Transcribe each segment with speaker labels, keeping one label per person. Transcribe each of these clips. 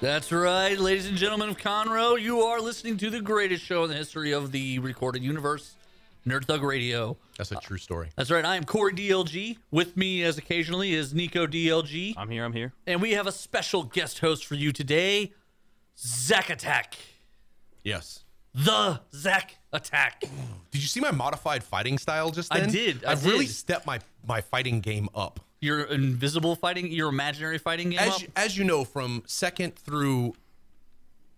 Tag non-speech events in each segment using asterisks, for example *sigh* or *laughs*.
Speaker 1: That's right, ladies and gentlemen of Conroe. You are listening to the greatest show in the history of the recorded universe, Nerd Thug Radio.
Speaker 2: That's a true story.
Speaker 1: That's right. I am Corey DLG. With me, as occasionally, is Nico DLG,
Speaker 3: I'm here. I'm here.
Speaker 1: and we have a special guest host for you today, Zack Attack.
Speaker 2: Yes.
Speaker 1: The Zack Attack.
Speaker 2: Did you see my modified fighting style just
Speaker 1: I
Speaker 2: then?
Speaker 1: did, I
Speaker 2: I've really
Speaker 1: did.
Speaker 2: stepped my my fighting game up.
Speaker 1: Your invisible fighting, your imaginary fighting game. up.
Speaker 2: As as you know, from second through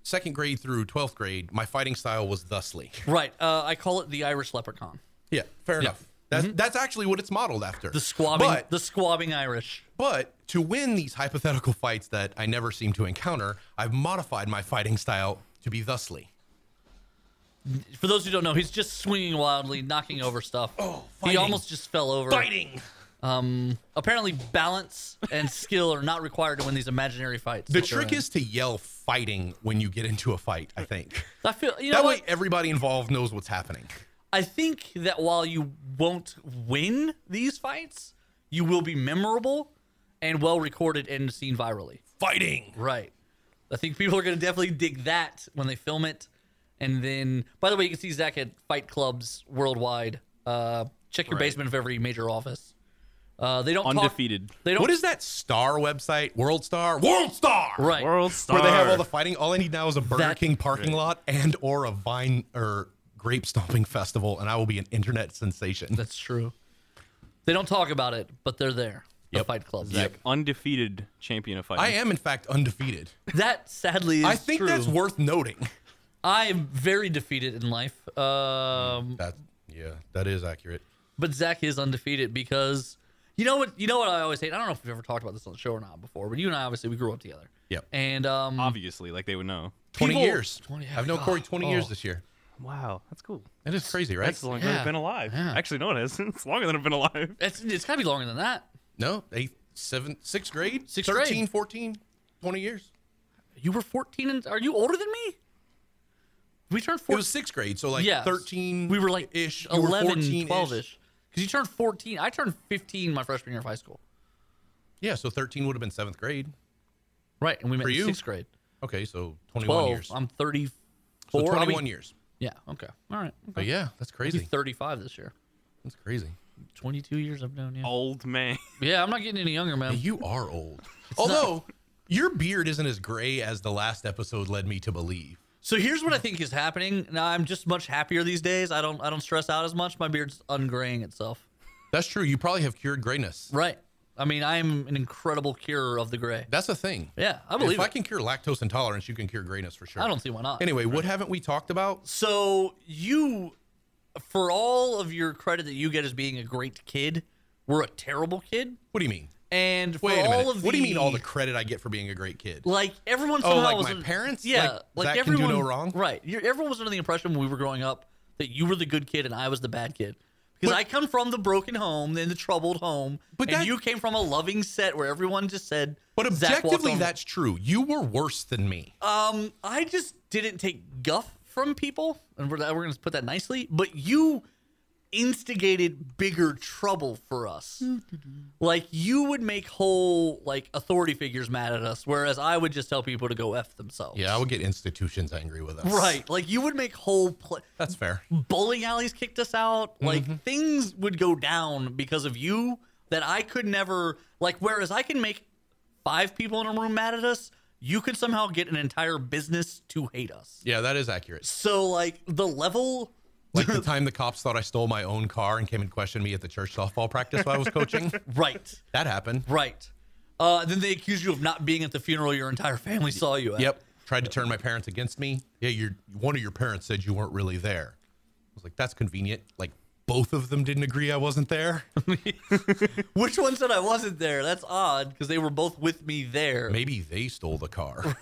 Speaker 2: second grade through twelfth grade, my fighting style was thusly.
Speaker 1: Right. Uh, I call it the Irish leprechaun.
Speaker 2: *laughs* Yeah, fair enough. That's that's actually what it's modeled after.
Speaker 1: Mm-hmm. The squabbing,
Speaker 2: But,
Speaker 1: the squabbing Irish.
Speaker 2: but to win these hypothetical fights that I never seem to encounter, I've modified my fighting style to be thusly.
Speaker 1: For those who don't know, he's just swinging wildly, knocking over stuff. Oh, he
Speaker 2: fighting.
Speaker 1: almost just fell over.
Speaker 2: Fighting.
Speaker 1: Um, apparently, balance and skill are not required to win these imaginary fights.
Speaker 2: The trick is to yell fighting when you get into a fight, I think.
Speaker 1: I feel you know
Speaker 2: That
Speaker 1: what?
Speaker 2: way everybody involved knows what's happening.
Speaker 1: I think that while you won't win these fights, you will be memorable and well recorded and seen virally.
Speaker 2: Fighting.
Speaker 1: Right. I think people are going to definitely dig that when they film it. And then, by the way, you can see Zach at fight clubs worldwide. Uh, check your basement of every major office. Uh, they don't talk-
Speaker 3: Undefeated.
Speaker 1: they don't.
Speaker 2: What is that star website? World Star? World Star!
Speaker 1: right?
Speaker 3: *laughs* World star.
Speaker 2: Where they have all the fighting. All I need now is a Burger
Speaker 1: That-
Speaker 2: King parking lot and or a vine or grape stomping festival, and I will be an internet sensation.
Speaker 1: That's true. They don't talk about it, but they're there. The
Speaker 2: Yep.
Speaker 1: fight clubs.
Speaker 2: Yep.
Speaker 3: undefeated champion of fighting.
Speaker 2: I am in fact undefeated.
Speaker 1: That sadly is
Speaker 2: I think
Speaker 1: true.
Speaker 2: that's worth noting.
Speaker 1: I am very defeated in life. Um,
Speaker 2: That yeah, that is accurate.
Speaker 1: but Zach is undefeated because you know what you know what I always hate. I don't know if we've ever talked about this on the show or not before, but you and I obviously we grew up together.
Speaker 2: Yep.
Speaker 1: And um,
Speaker 3: Obviously, like they would know.
Speaker 2: Twenty
Speaker 1: People-
Speaker 2: years.
Speaker 1: 20
Speaker 2: I've known Corey twenty years
Speaker 1: oh.
Speaker 2: this year.
Speaker 3: Wow, that's cool.
Speaker 2: That is crazy, right?
Speaker 3: That's longer than
Speaker 1: Yeah.
Speaker 3: I've been alive. Actually, no, it isn't. *laughs* It's longer than I've been alive.
Speaker 1: It's, it's gotta be longer than that.
Speaker 2: no, eighth, seventh, sixth grade,
Speaker 1: Sixth
Speaker 2: 13,
Speaker 1: grade.
Speaker 2: 14, 20 years.
Speaker 1: You were 14, and are you older than me? We turned
Speaker 2: It
Speaker 1: 14.
Speaker 2: was sixth grade, so like
Speaker 1: yeah,
Speaker 2: thirteen.
Speaker 1: We were like
Speaker 2: ish, you were
Speaker 1: 11,
Speaker 2: 14 -ish.
Speaker 1: 12 ish. Because you turned 14. I turned 15 my freshman year of high school.
Speaker 2: Yeah, so thirteen would have been seventh grade.
Speaker 1: Right, and we met
Speaker 2: For
Speaker 1: in
Speaker 2: you?
Speaker 1: sixth grade.
Speaker 2: Okay, so twenty-one
Speaker 1: 12.
Speaker 2: years.
Speaker 1: I'm 34.
Speaker 2: so
Speaker 1: I'll be-
Speaker 2: twenty-one years.
Speaker 1: Yeah. Okay. All right. Okay.
Speaker 2: But yeah, that's
Speaker 1: I'll be
Speaker 2: crazy.
Speaker 1: 35 this year.
Speaker 2: That's crazy.
Speaker 1: 22 years I've known you.
Speaker 2: Oh.
Speaker 3: Old man.
Speaker 1: Yeah, I'm not getting any younger, man.
Speaker 2: You are old.
Speaker 1: *laughs*
Speaker 2: Although your beard isn't as gray as the last episode led me to believe.
Speaker 1: So here's what I think is happening. Now I'm just much happier these days. I don't I don't stress out as much. My beard's ungraying itself.
Speaker 2: That's true. You probably have cured grayness.
Speaker 1: Right. I mean, I'm an incredible curer of the gray.
Speaker 2: That's a thing.
Speaker 1: Yeah, I
Speaker 2: If
Speaker 1: believe
Speaker 2: I
Speaker 1: it.
Speaker 2: can cure lactose intolerance, you can cure grayness for sure.
Speaker 1: I don't see why not.
Speaker 2: Anyway, what haven't we talked about?
Speaker 1: So you, for all of your credit that you get as being a great kid, were a terrible kid.
Speaker 2: What do you mean?
Speaker 1: And for
Speaker 2: Wait a
Speaker 1: all
Speaker 2: minute.
Speaker 1: of the,
Speaker 2: What do you mean all the credit I get for being a great kid?
Speaker 1: like everyone
Speaker 2: Oh,
Speaker 1: somehow
Speaker 2: like
Speaker 1: was
Speaker 2: my
Speaker 1: un-
Speaker 2: parents?
Speaker 1: Yeah, like,
Speaker 2: Like, Zach can do
Speaker 1: everyone
Speaker 2: no wrong?
Speaker 1: Right. You're, everyone was under the impression when we were growing up that you were the good kid and I was the bad kid. Because
Speaker 2: But-
Speaker 1: I come from the broken home and the troubled home,
Speaker 2: But
Speaker 1: and
Speaker 2: that-
Speaker 1: you came from a loving set where everyone just said.
Speaker 2: But
Speaker 1: "Zach walked
Speaker 2: objectively,
Speaker 1: on-
Speaker 2: that's true. You were worse than me.
Speaker 1: Um, I just didn't take guff from people, and we're, we're going to put that nicely. But you instigated bigger trouble for us. like you would make whole like authority figures mad at us, whereas I would just tell people to go f themselves.
Speaker 2: yeah, I would get institutions angry with us.
Speaker 1: Right, like you would make whole pla
Speaker 2: That's fair.
Speaker 1: bowling alleys kicked us out. Like things would go down because of you that I could never like. Whereas I can make five people in a room mad at us, you could somehow get an entire business to hate us.
Speaker 2: Yeah, that is accurate.
Speaker 1: So like the level, *laughs*
Speaker 2: Like the time the cops thought I stole my own car and came and questioned me at the church softball
Speaker 1: *laughs*
Speaker 2: practice while I was coaching.
Speaker 1: right,
Speaker 2: that happened.
Speaker 1: right. Uh, then they accuse you of not being at the funeral your entire family saw you at.
Speaker 2: Yep. Tried to turn my parents against me. Yeah, your one of your parents said you weren't really there. I was like, that's convenient. Like both of them didn't agree I
Speaker 1: *laughs*
Speaker 2: wasn't there.
Speaker 1: Which one said I wasn't there? That's odd because they were both with me there.
Speaker 2: Maybe they stole the car.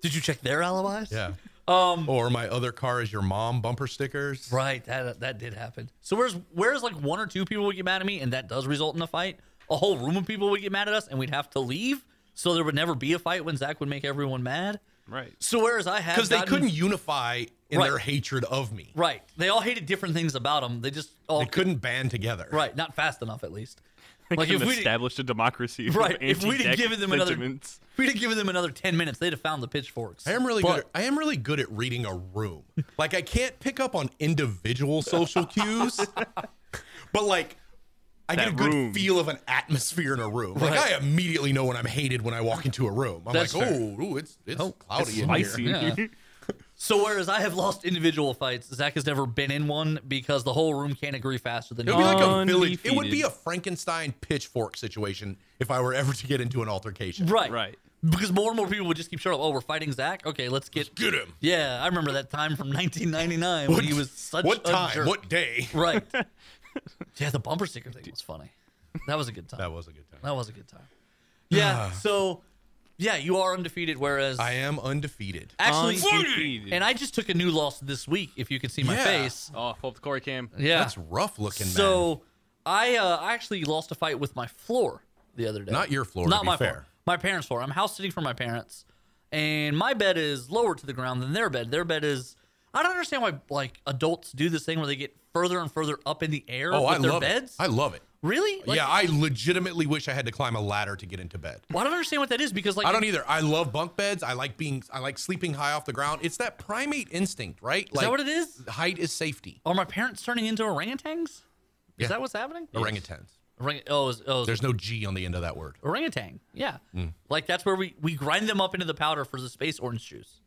Speaker 1: Did you check their alibis? *laughs*
Speaker 2: Yeah. Um or my other car is your mom bumper stickers.
Speaker 1: Right, that that did happen. So whereas whereas like one or two people would get mad at me, and that does result in a fight. A whole room of people would get mad at us, and we'd have to leave. So there would never be a fight when Zach would make everyone mad.
Speaker 3: *laughs* *laughs* Right.
Speaker 1: So whereas I had
Speaker 2: Because they
Speaker 1: gotten-
Speaker 2: couldn't unify in
Speaker 1: Right.
Speaker 2: their hatred of me.
Speaker 1: right, they all hated different things about him. They just all
Speaker 2: They couldn't band together.
Speaker 1: right, not fast enough at least. Like,
Speaker 3: Like
Speaker 1: if we-
Speaker 3: established a democracy,
Speaker 1: *laughs*
Speaker 3: of
Speaker 1: Right, if we didn't
Speaker 3: anti-deck
Speaker 1: give them another-
Speaker 3: sentiments.
Speaker 1: If we'd have given them another 10 minutes, they'd have found the pitchforks.
Speaker 2: I am really
Speaker 1: But-
Speaker 2: good. At, I am really good at reading a room. Like I can't pick up on individual
Speaker 1: *laughs*
Speaker 2: social cues, but like I get
Speaker 3: That
Speaker 2: a good
Speaker 3: room.
Speaker 2: feel of an atmosphere in a room. Like
Speaker 1: Right.
Speaker 2: I immediately know when I'm hated when I walk into a room. I'm
Speaker 1: That's
Speaker 2: like,
Speaker 1: fair.
Speaker 2: oh, ooh, it's it's cloudy in
Speaker 3: Spicy.
Speaker 2: here.
Speaker 1: Yeah. So whereas I have lost individual fights, Zach has never been in one because the whole room can't agree faster than
Speaker 2: It
Speaker 1: you.
Speaker 2: would be like a
Speaker 3: Undefeated.
Speaker 2: village. It would be a Frankenstein pitchfork situation if I were ever to get into an altercation.
Speaker 1: right,
Speaker 3: Right.
Speaker 1: Because more and more people would just keep showing up. Oh, we're fighting Zach. Okay, let's
Speaker 2: *laughs*
Speaker 1: get.
Speaker 2: Get him.
Speaker 1: Yeah, I remember that time from 1999 when he was such
Speaker 2: what
Speaker 1: a
Speaker 2: time?
Speaker 1: jerk.
Speaker 2: What day? *laughs*
Speaker 1: Right. yeah, the bumper sticker thing was funny. That was a good time.
Speaker 2: That was a good time.
Speaker 1: That was a good time. Yeah. so, yeah, you are undefeated. Whereas
Speaker 2: I am undefeated.
Speaker 1: actually,
Speaker 3: *laughs* Undefeated.
Speaker 1: and I just took a new loss this week. If you could see my
Speaker 2: Yeah.
Speaker 1: face,
Speaker 3: Oh, pull up the Corey cam.
Speaker 1: yeah,
Speaker 2: That's rough looking. man.
Speaker 1: so I uh, I actually lost a fight with my floor the other day.
Speaker 2: Not your floor, to
Speaker 1: Not
Speaker 2: be
Speaker 1: my floor.
Speaker 2: fair.
Speaker 1: My parents' floor. I'm house sitting for my parents, and my bed is lower to the ground than their bed. Their bed is. I don't understand why like adults do this thing where they get further and further up in the air
Speaker 2: oh,
Speaker 1: with
Speaker 2: I
Speaker 1: their
Speaker 2: love
Speaker 1: beds.
Speaker 2: it. I love it.
Speaker 1: really? Like,
Speaker 2: yeah, I legitimately wish I had to climb a ladder to get into bed.
Speaker 1: well, I don't understand what that is because like
Speaker 2: I don't either. I love bunk beds. I like being I like sleeping high off the ground. It's that primate instinct, right?
Speaker 1: is that what it is?
Speaker 2: Height is safety.
Speaker 1: Are my parents turning into orangutans?
Speaker 2: Yeah.
Speaker 1: Is that what's happening?
Speaker 2: Orangutans.
Speaker 1: Orang- oh, it's- oh, it's
Speaker 2: There's Mm. no G on the end of that word.
Speaker 1: orangutan. Yeah. Like that's where we we grind them up into the powder for the space orange juice.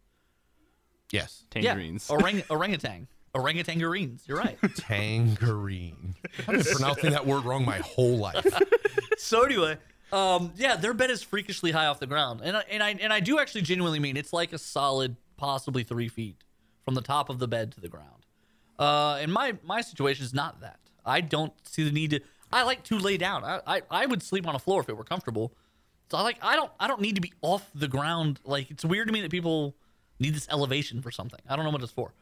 Speaker 2: Yes.
Speaker 3: Tangerines.
Speaker 1: Yeah. Orang- orangutan. Orangutangareens. You're right. *laughs*
Speaker 2: Tangerine. I've been pronouncing that word wrong my whole life.
Speaker 1: *laughs* so anyway, um, yeah, their bed is freakishly high off the ground, and I, and I and I do actually genuinely mean it's like a solid, possibly three feet from the top of the bed to the ground. Uh, and my my situation is not that. I don't see the need to. I like to lay down. I, I, I would sleep on a floor if it were comfortable. So I like I don't I don't need to be off the ground. Like it's weird to me that people need this elevation for something. I don't know what it's for.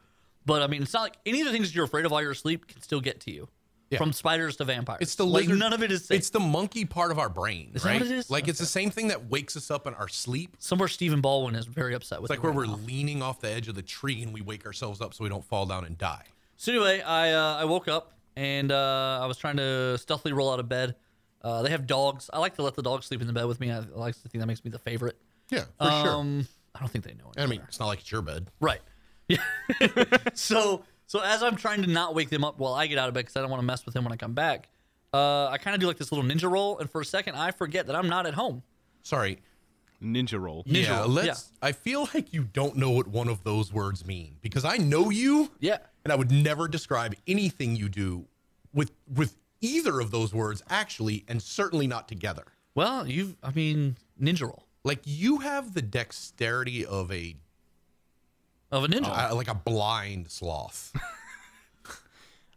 Speaker 1: But I mean, it's not like any of the things you're afraid of while you're asleep can still get to you.
Speaker 2: Yeah.
Speaker 1: From spiders to vampires.
Speaker 2: It's the
Speaker 1: like
Speaker 2: lizard-
Speaker 1: none of it is safe.
Speaker 2: It's the monkey part of our brain,
Speaker 1: that
Speaker 2: right?
Speaker 1: what it is?
Speaker 2: Like it's the same thing that wakes us up in our sleep. It's
Speaker 1: somewhere Stephen Baldwin is very upset with.
Speaker 2: like
Speaker 1: me
Speaker 2: where
Speaker 1: right
Speaker 2: we're
Speaker 1: now.
Speaker 2: leaning off the edge of the tree and we wake ourselves up so we don't fall down and die.
Speaker 1: So anyway, I uh, I woke up and uh, I was trying to stealthily roll out of bed. Uh, they have dogs. I like to let the dogs sleep in the bed with me. I like to think that makes me the favorite.
Speaker 2: Yeah, for
Speaker 1: Um, I don't think they know.
Speaker 2: I
Speaker 1: any
Speaker 2: mean,
Speaker 1: better.
Speaker 2: it's not like it's your bed.
Speaker 1: right? Yeah. *laughs* so so as I'm trying to not wake them up while I get out of bed because I don't want to mess with him when I come back. Uh, I kind of do like this little ninja roll, and for a second, I forget that I'm not at home.
Speaker 2: Sorry,
Speaker 3: Ninja roll.
Speaker 1: Ninja
Speaker 2: yeah,
Speaker 1: roll,
Speaker 2: let's. I feel like you don't know what one of those words mean because I know you.
Speaker 1: Yeah.
Speaker 2: And I would never describe anything you do with with either of those words actually, and certainly not together.
Speaker 1: Well, you, I mean, ninja roll
Speaker 2: Like you have the dexterity of a
Speaker 1: of a ninja.
Speaker 2: uh, like a blind sloth.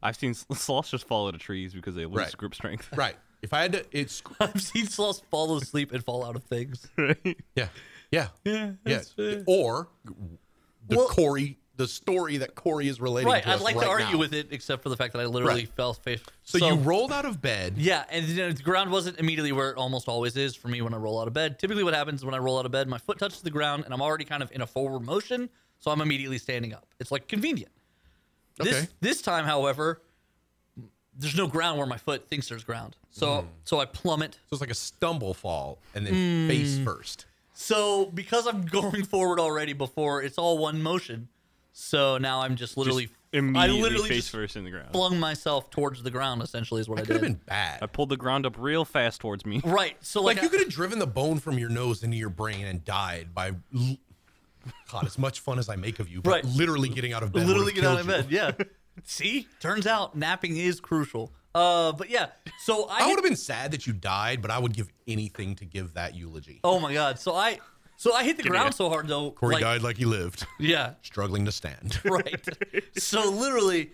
Speaker 3: I've seen s- sloths just fall out of trees because they lose
Speaker 2: Right.
Speaker 3: grip strength.
Speaker 2: right. If I had to, it's
Speaker 1: *laughs* I've seen sloths fall asleep and fall out of things.
Speaker 2: yeah, yeah,
Speaker 1: *laughs* Yeah,
Speaker 2: yeah.
Speaker 1: that's fair.
Speaker 2: Or the
Speaker 1: Well-
Speaker 2: Corey, the story that Corey is relating.
Speaker 1: Right,
Speaker 2: to
Speaker 1: I'd
Speaker 2: us
Speaker 1: like to
Speaker 2: right
Speaker 1: argue
Speaker 2: now.
Speaker 1: with it, except for the fact that I literally
Speaker 2: Right.
Speaker 1: fell face.
Speaker 2: So, you rolled out of bed.
Speaker 1: yeah, and you know, the ground wasn't immediately where it almost always is for me when I roll out of bed. Typically, what happens when I roll out of bed, my foot touches the ground, and I'm already kind of in a forward motion, so I'm immediately standing up. It's like convenient. This
Speaker 2: Okay.
Speaker 1: this time, however, there's no ground where my foot thinks there's ground, so
Speaker 2: Hmm.
Speaker 1: so I plummet.
Speaker 2: So it's like a stumble fall and then
Speaker 1: Hmm.
Speaker 2: face first.
Speaker 1: So because I'm going *laughs* forward already before it's all one motion, so now I'm just literally
Speaker 3: Just immediately
Speaker 1: I literally
Speaker 3: face
Speaker 1: just
Speaker 3: first in the ground.
Speaker 1: flung myself towards the ground. Essentially, is what I,
Speaker 2: Could
Speaker 1: did.
Speaker 2: have been bad.
Speaker 3: I pulled the ground up real fast towards me.
Speaker 1: Right. So like,
Speaker 2: like you could have driven the bone from your nose into your brain and died by. l- God, as much fun as I make of you, but
Speaker 1: Right.
Speaker 2: literally getting out of bed.
Speaker 1: literally
Speaker 2: would've
Speaker 1: get out of
Speaker 2: killed you.
Speaker 1: bed. Yeah. *laughs* See, turns out napping is crucial. Uh, but yeah. So I.
Speaker 2: I
Speaker 1: hit-
Speaker 2: would have been sad that you died, but I would give anything to give that eulogy.
Speaker 1: oh my god. So I. So I hit the ground so hard though.
Speaker 2: Corey
Speaker 1: like,
Speaker 2: died like he lived,
Speaker 1: Yeah. *laughs*
Speaker 2: struggling to stand.
Speaker 1: Right. so literally,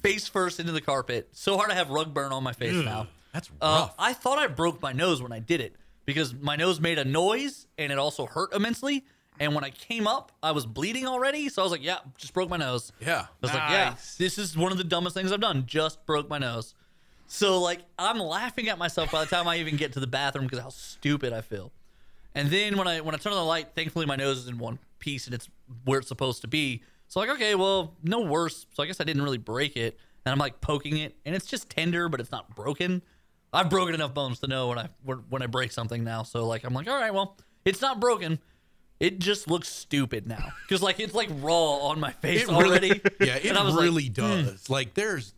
Speaker 1: face first into the carpet. So hard I have rug burn on my face now.
Speaker 2: That's
Speaker 1: Uh,
Speaker 2: rough.
Speaker 1: I thought I broke my nose when I did it because my nose made a noise and it also hurt immensely. And when I came up, I was bleeding already. So I was like, yeah, just broke my nose.
Speaker 2: yeah.
Speaker 1: I was like, yeah,
Speaker 3: Nice.
Speaker 1: this is one of the dumbest things I've done. Just broke my nose. So like I'm laughing at myself by the time I even get to the bathroom because how stupid I feel. And then when I when I turn on the light, thankfully my nose is in one piece and it's where it's supposed to be. So like, okay, well, no worse. So I guess I didn't really break it. And I'm like poking it, and it's just tender, but it's not broken. I've broken enough bones to know when I when I break something now. So like I'm like, all right, well, it's not broken. It just looks stupid now because like it's like raw on my face
Speaker 2: It really-
Speaker 1: already.
Speaker 2: *laughs*
Speaker 1: *laughs*
Speaker 2: Yeah, it
Speaker 1: And I was like, hmm.
Speaker 2: really does. Like there's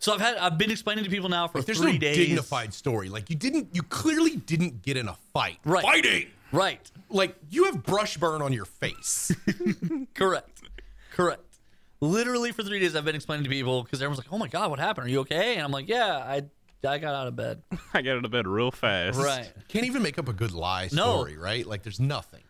Speaker 1: So I've had I've been explaining to people now for
Speaker 2: there's
Speaker 1: three
Speaker 2: no
Speaker 1: days.
Speaker 2: dignified story. Like you didn't you clearly didn't get in a fight.
Speaker 1: Right.
Speaker 2: Fighting.
Speaker 1: Right.
Speaker 2: Like you have brush burn on your face.
Speaker 1: Correct. Correct. Literally for three days, I've been explaining to people because everyone's like, "Oh my god, what happened? Are you okay?" And I'm like, "Yeah, I I got out of
Speaker 2: *laughs*
Speaker 1: bed."
Speaker 3: *laughs* I got out of bed real fast.
Speaker 2: Can't even make up a good lie
Speaker 1: No.
Speaker 2: story, right? Like there's nothing.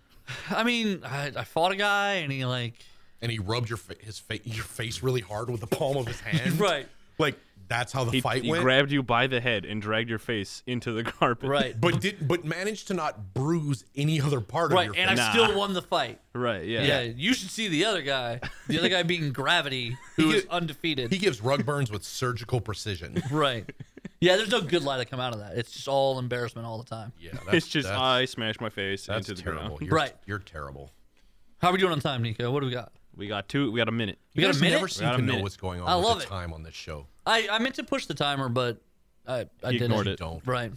Speaker 1: I mean, I, I fought a guy, and he
Speaker 2: *laughs*
Speaker 1: like,
Speaker 2: And he rubbed your fa- his fa- your face really hard with the palm
Speaker 1: *laughs*
Speaker 2: of his hand.
Speaker 1: Right.
Speaker 2: Like that's how the
Speaker 3: He,
Speaker 2: fight
Speaker 3: he
Speaker 2: went.
Speaker 3: grabbed you by the head and dragged your face into the *laughs* carpet.
Speaker 1: right,
Speaker 2: but did but managed to not bruise any other part
Speaker 1: right,
Speaker 2: of your
Speaker 1: and I
Speaker 2: face.
Speaker 3: Nah.
Speaker 1: still won the fight.
Speaker 3: Right. Yeah.
Speaker 1: Yeah. you should see the other guy. The other guy being Gravity,
Speaker 2: *laughs*
Speaker 1: who is undefeated.
Speaker 2: he gives rug burns with surgical
Speaker 1: *laughs*
Speaker 2: precision.
Speaker 1: right. Yeah, there's no good lie to come out of that. It's just all embarrassment all the time.
Speaker 2: Yeah,
Speaker 3: *laughs* It's just
Speaker 2: that's,
Speaker 3: I smashed my face
Speaker 2: that's
Speaker 3: into the
Speaker 2: terrible.
Speaker 3: ground.
Speaker 2: You're,
Speaker 1: Right.
Speaker 2: you're terrible.
Speaker 1: How are we doing on time, Nico? What do we got?
Speaker 3: We got two. We got a minute.
Speaker 1: We got a
Speaker 2: guys
Speaker 1: minute.
Speaker 2: never seem
Speaker 3: got a
Speaker 2: to know
Speaker 3: minute.
Speaker 2: what's going on
Speaker 1: I
Speaker 2: with
Speaker 1: love
Speaker 2: the
Speaker 1: it.
Speaker 2: time on this show.
Speaker 1: I, I meant to push the timer, but I, I
Speaker 3: You
Speaker 1: didn't.
Speaker 3: ignored
Speaker 2: You
Speaker 3: it.
Speaker 2: don't.
Speaker 1: Right.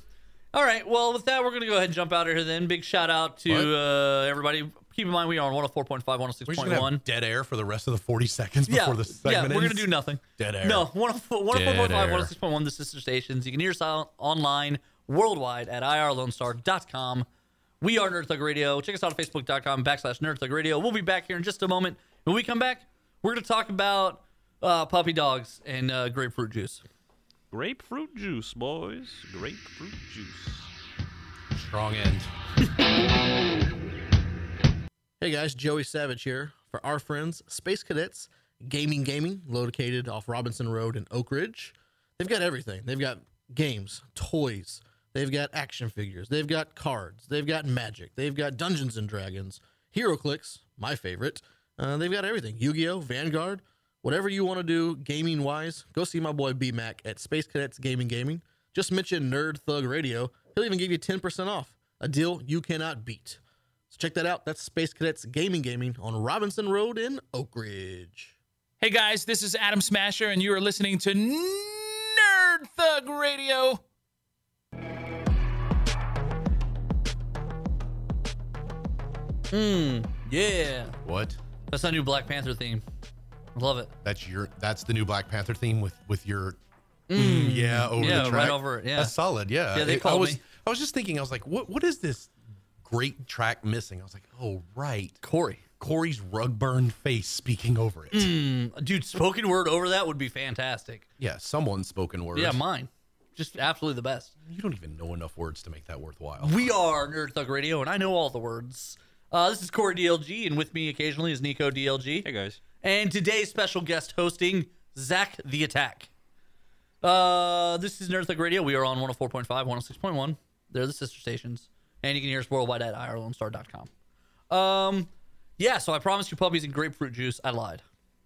Speaker 1: All right. Well, with that, we're going to go ahead and jump out of here then. Big shout out to uh, everybody. Keep in mind, we are on 104.5,
Speaker 2: We're just gonna
Speaker 1: 106.1.
Speaker 2: have dead air for the rest of the 40 seconds
Speaker 1: Yeah,
Speaker 2: before the
Speaker 1: yeah,
Speaker 2: segment
Speaker 1: we're going to
Speaker 2: ends.
Speaker 1: do nothing.
Speaker 2: Dead air.
Speaker 1: No, 104- 104.5,
Speaker 2: Dead air.
Speaker 1: 106.1, the sister stations. You can hear us on- online worldwide at irlonestar.com. We are Nerd Thug Radio. Check us out at facebook.com backslash Nerd Thug Radio. We'll be back here in just a moment. When we come back, we're going to talk about uh, puppy dogs and uh, grapefruit juice.
Speaker 3: Grapefruit juice, boys. Grapefruit juice.
Speaker 2: Strong end.
Speaker 4: Hey guys, Joey Savage here for our friends Space Cadets Gaming Gaming, located off Robinson Road in Oak Ridge. They've got everything. They've got games, toys, they've got action figures, they've got cards, they've got magic, they've got Dungeons and Dragons, HeroClix, my favorite. Uh, they've got everything. Yu-Gi-Oh, Vanguard, whatever you want to do gaming wise, go see my boy B Mac at Space Cadets Gaming Gaming. Just mention Nerd Thug Radio. He'll even give you 10% off. A deal you cannot beat. So check that out. That's Space Cadets Gaming Gaming on Robinson Road in Oak Ridge.
Speaker 5: Hey guys, this is Adam Smasher, and you are listening to Nerd Thug Radio.
Speaker 1: Mm, yeah.
Speaker 2: What?
Speaker 1: That's our new Black Panther theme. Love it.
Speaker 2: That's your. That's the new Black Panther theme with with your. Mm, yeah, over
Speaker 1: Yeah,
Speaker 2: the
Speaker 1: right
Speaker 2: track.
Speaker 1: over it, yeah.
Speaker 2: that's solid. Yeah,
Speaker 1: Yeah, they
Speaker 2: It- I
Speaker 1: called
Speaker 2: was,
Speaker 1: me.
Speaker 2: I was just thinking. I was like, what? What is this great track missing? I was like, oh right,
Speaker 1: Corey.
Speaker 2: Corey's rug burn face speaking over it.
Speaker 1: Mm. Dude, spoken word over that would be fantastic.
Speaker 2: Yeah, someone's spoken words.
Speaker 1: Yeah, mine. Just absolutely the best.
Speaker 2: you don't even know enough words to make that worthwhile.
Speaker 1: We are Nerd Thug Radio, and I know all the words. Uh, this is Corey DLG, and with me occasionally is Nico DLG.
Speaker 3: Hey guys.
Speaker 1: And today's special guest hosting, Zach the Attack. Uh, this is Nerd Thug Radio. We are on 104.5, 106.1. They're the sister stations. And you can hear us worldwide at irlonestar.com. Um, yeah, so I promised you puppies and grapefruit juice. I lied.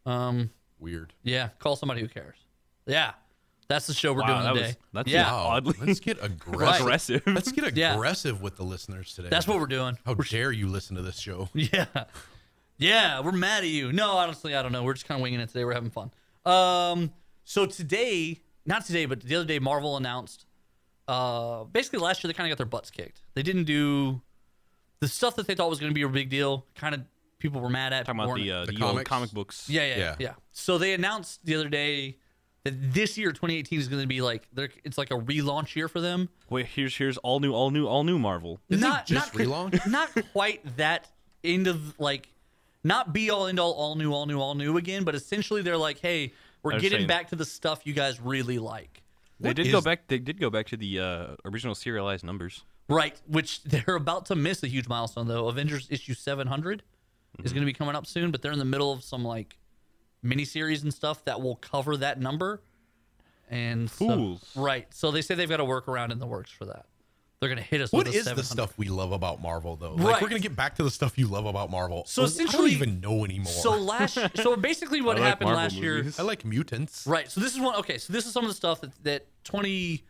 Speaker 1: Um,
Speaker 2: Weird.
Speaker 1: yeah, call somebody who cares. Yeah, that's the show we're
Speaker 3: Wow,
Speaker 1: doing
Speaker 3: that
Speaker 1: today.
Speaker 3: was- that's
Speaker 1: yeah,
Speaker 3: loud.
Speaker 2: Wow,
Speaker 3: Oddly-
Speaker 1: *laughs*
Speaker 2: let's get aggressive.
Speaker 3: Aggressive.
Speaker 2: Let's get
Speaker 1: Yeah.
Speaker 2: aggressive with the listeners today.
Speaker 1: that's what we're doing. *laughs*
Speaker 2: How dare you listen to this show?
Speaker 1: Yeah. Yeah, we're mad at you. No, honestly, I don't know. We're just kind of winging it today. We're having fun. Um, so today, not today, but the other day, Marvel announced. Uh, basically, last year they kind of got their butts kicked. They didn't do the stuff that they thought was going to be a big deal. Kind of people were mad at.
Speaker 3: Talking about
Speaker 1: weren't-
Speaker 3: the, uh,
Speaker 2: The
Speaker 3: the old
Speaker 2: comics.
Speaker 3: comic books.
Speaker 1: yeah, yeah, yeah,
Speaker 2: yeah.
Speaker 1: So they announced the other day that this year, 2018, is going to be like they're- it's like a relaunch year for them.
Speaker 3: Wait, here's here's all new, all new, all new Marvel.
Speaker 2: Did they
Speaker 1: not
Speaker 2: just
Speaker 1: not c-
Speaker 2: relaunch?
Speaker 1: not quite that end of like not be all end all all new all new all new again, but essentially they're like, hey, we're
Speaker 3: They're
Speaker 1: getting
Speaker 3: saying-
Speaker 1: back to the stuff you guys really like,
Speaker 3: They
Speaker 2: What
Speaker 3: did go
Speaker 2: is-
Speaker 3: back. They did go back to the uh, original serialized numbers.
Speaker 1: right? Which *laughs* they're about to miss a huge milestone though. Avengers issue seven is
Speaker 3: Mm-hmm.
Speaker 1: going to be coming up soon, but they're in the middle of some like miniseries and stuff that will cover that number. And so-
Speaker 3: Fools.
Speaker 1: right? So they say they've got a workaround in the works for that. They're going to hit us.
Speaker 2: What
Speaker 1: with a
Speaker 2: is the
Speaker 1: 700.
Speaker 2: stuff we love about Marvel, though?
Speaker 1: Right.
Speaker 2: Like, we're gonna get back to the stuff you love about Marvel. Oh,
Speaker 1: So
Speaker 2: I
Speaker 1: essentially-
Speaker 2: don't even know anymore.
Speaker 1: So last, so basically, what
Speaker 3: *laughs* I like
Speaker 1: happened
Speaker 3: Marvel
Speaker 1: last year?
Speaker 3: movies.
Speaker 2: I like mutants.
Speaker 1: Right. So this is one. Okay. So this is some of the stuff that, that 20,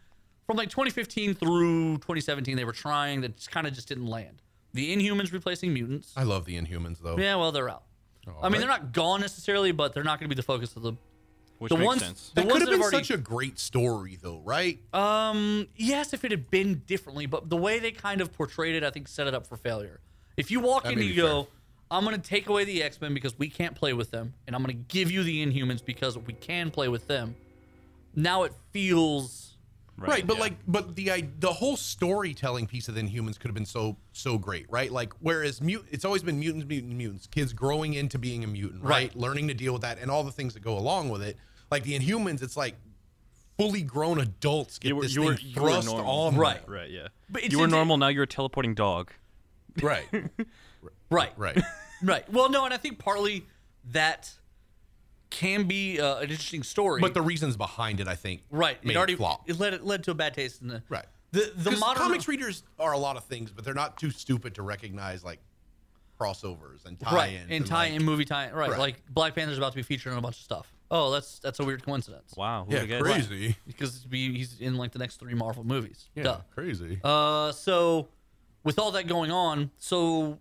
Speaker 1: from like 2015 through 2017, they were trying that just kind of just didn't land. The Inhumans replacing mutants.
Speaker 2: I love the Inhumans though.
Speaker 1: Yeah. Well, they're out. I mean, they're not gone necessarily, but they're not going to be the focus of the
Speaker 3: Oh, which
Speaker 1: The
Speaker 3: makes
Speaker 1: ones-
Speaker 3: sense.
Speaker 1: the
Speaker 2: That could
Speaker 1: ones
Speaker 2: have
Speaker 1: that
Speaker 2: been
Speaker 1: have already-
Speaker 2: such a great story, though, right?
Speaker 1: Um, yes, if it had been differently, but the way they kind of portrayed it, I think set it up for failure. If you walk
Speaker 2: That
Speaker 1: in
Speaker 2: may
Speaker 1: and
Speaker 2: be
Speaker 1: you go, I'm going to take away the X Men because we can't play with them, and I'm going to give you the Inhumans because we can play with them, now it feels.
Speaker 2: Right, but like, but the I, the whole storytelling piece of the Inhumans could have been so so great, right? Like, whereas mute, it's always been mutants, mutants, mutants, kids growing into being a mutant, right?
Speaker 1: Right.
Speaker 2: Learning to deal with that and all the things that go along with it. Like the Inhumans, it's like fully grown adults get
Speaker 3: You were-
Speaker 2: this
Speaker 3: you
Speaker 2: thing
Speaker 3: were- you were
Speaker 2: thrust
Speaker 3: normal.
Speaker 2: on, them.
Speaker 1: Right.
Speaker 3: Right, yeah.
Speaker 1: But it's
Speaker 3: you were
Speaker 1: indi-
Speaker 3: normal, now you're a teleporting dog.
Speaker 2: right,
Speaker 1: Right.
Speaker 2: right.
Speaker 1: *laughs* Right. Well, no, and I think partly that can be uh, an interesting story.
Speaker 2: but the reasons behind it, I think,
Speaker 1: right,
Speaker 2: made
Speaker 1: it already
Speaker 2: flop.
Speaker 1: it led it led to a bad taste in the
Speaker 2: Right.
Speaker 1: The the
Speaker 2: 'Cause
Speaker 1: modern
Speaker 2: comics readers are a lot of things, but they're not too stupid to recognize like crossovers and tie-ins,
Speaker 1: right and tie
Speaker 2: like-
Speaker 1: in movie tie right,
Speaker 2: Right.
Speaker 1: like Black Panther's about to be featured on a bunch of stuff. Oh, that's that's a weird coincidence.
Speaker 3: Wow. who'd have
Speaker 2: Yeah,
Speaker 3: guessed?
Speaker 2: crazy.
Speaker 1: Because it'd be, he's in like the next three Marvel movies.
Speaker 2: Yeah,
Speaker 1: Duh.
Speaker 2: crazy.
Speaker 1: Uh, so with all that going on, so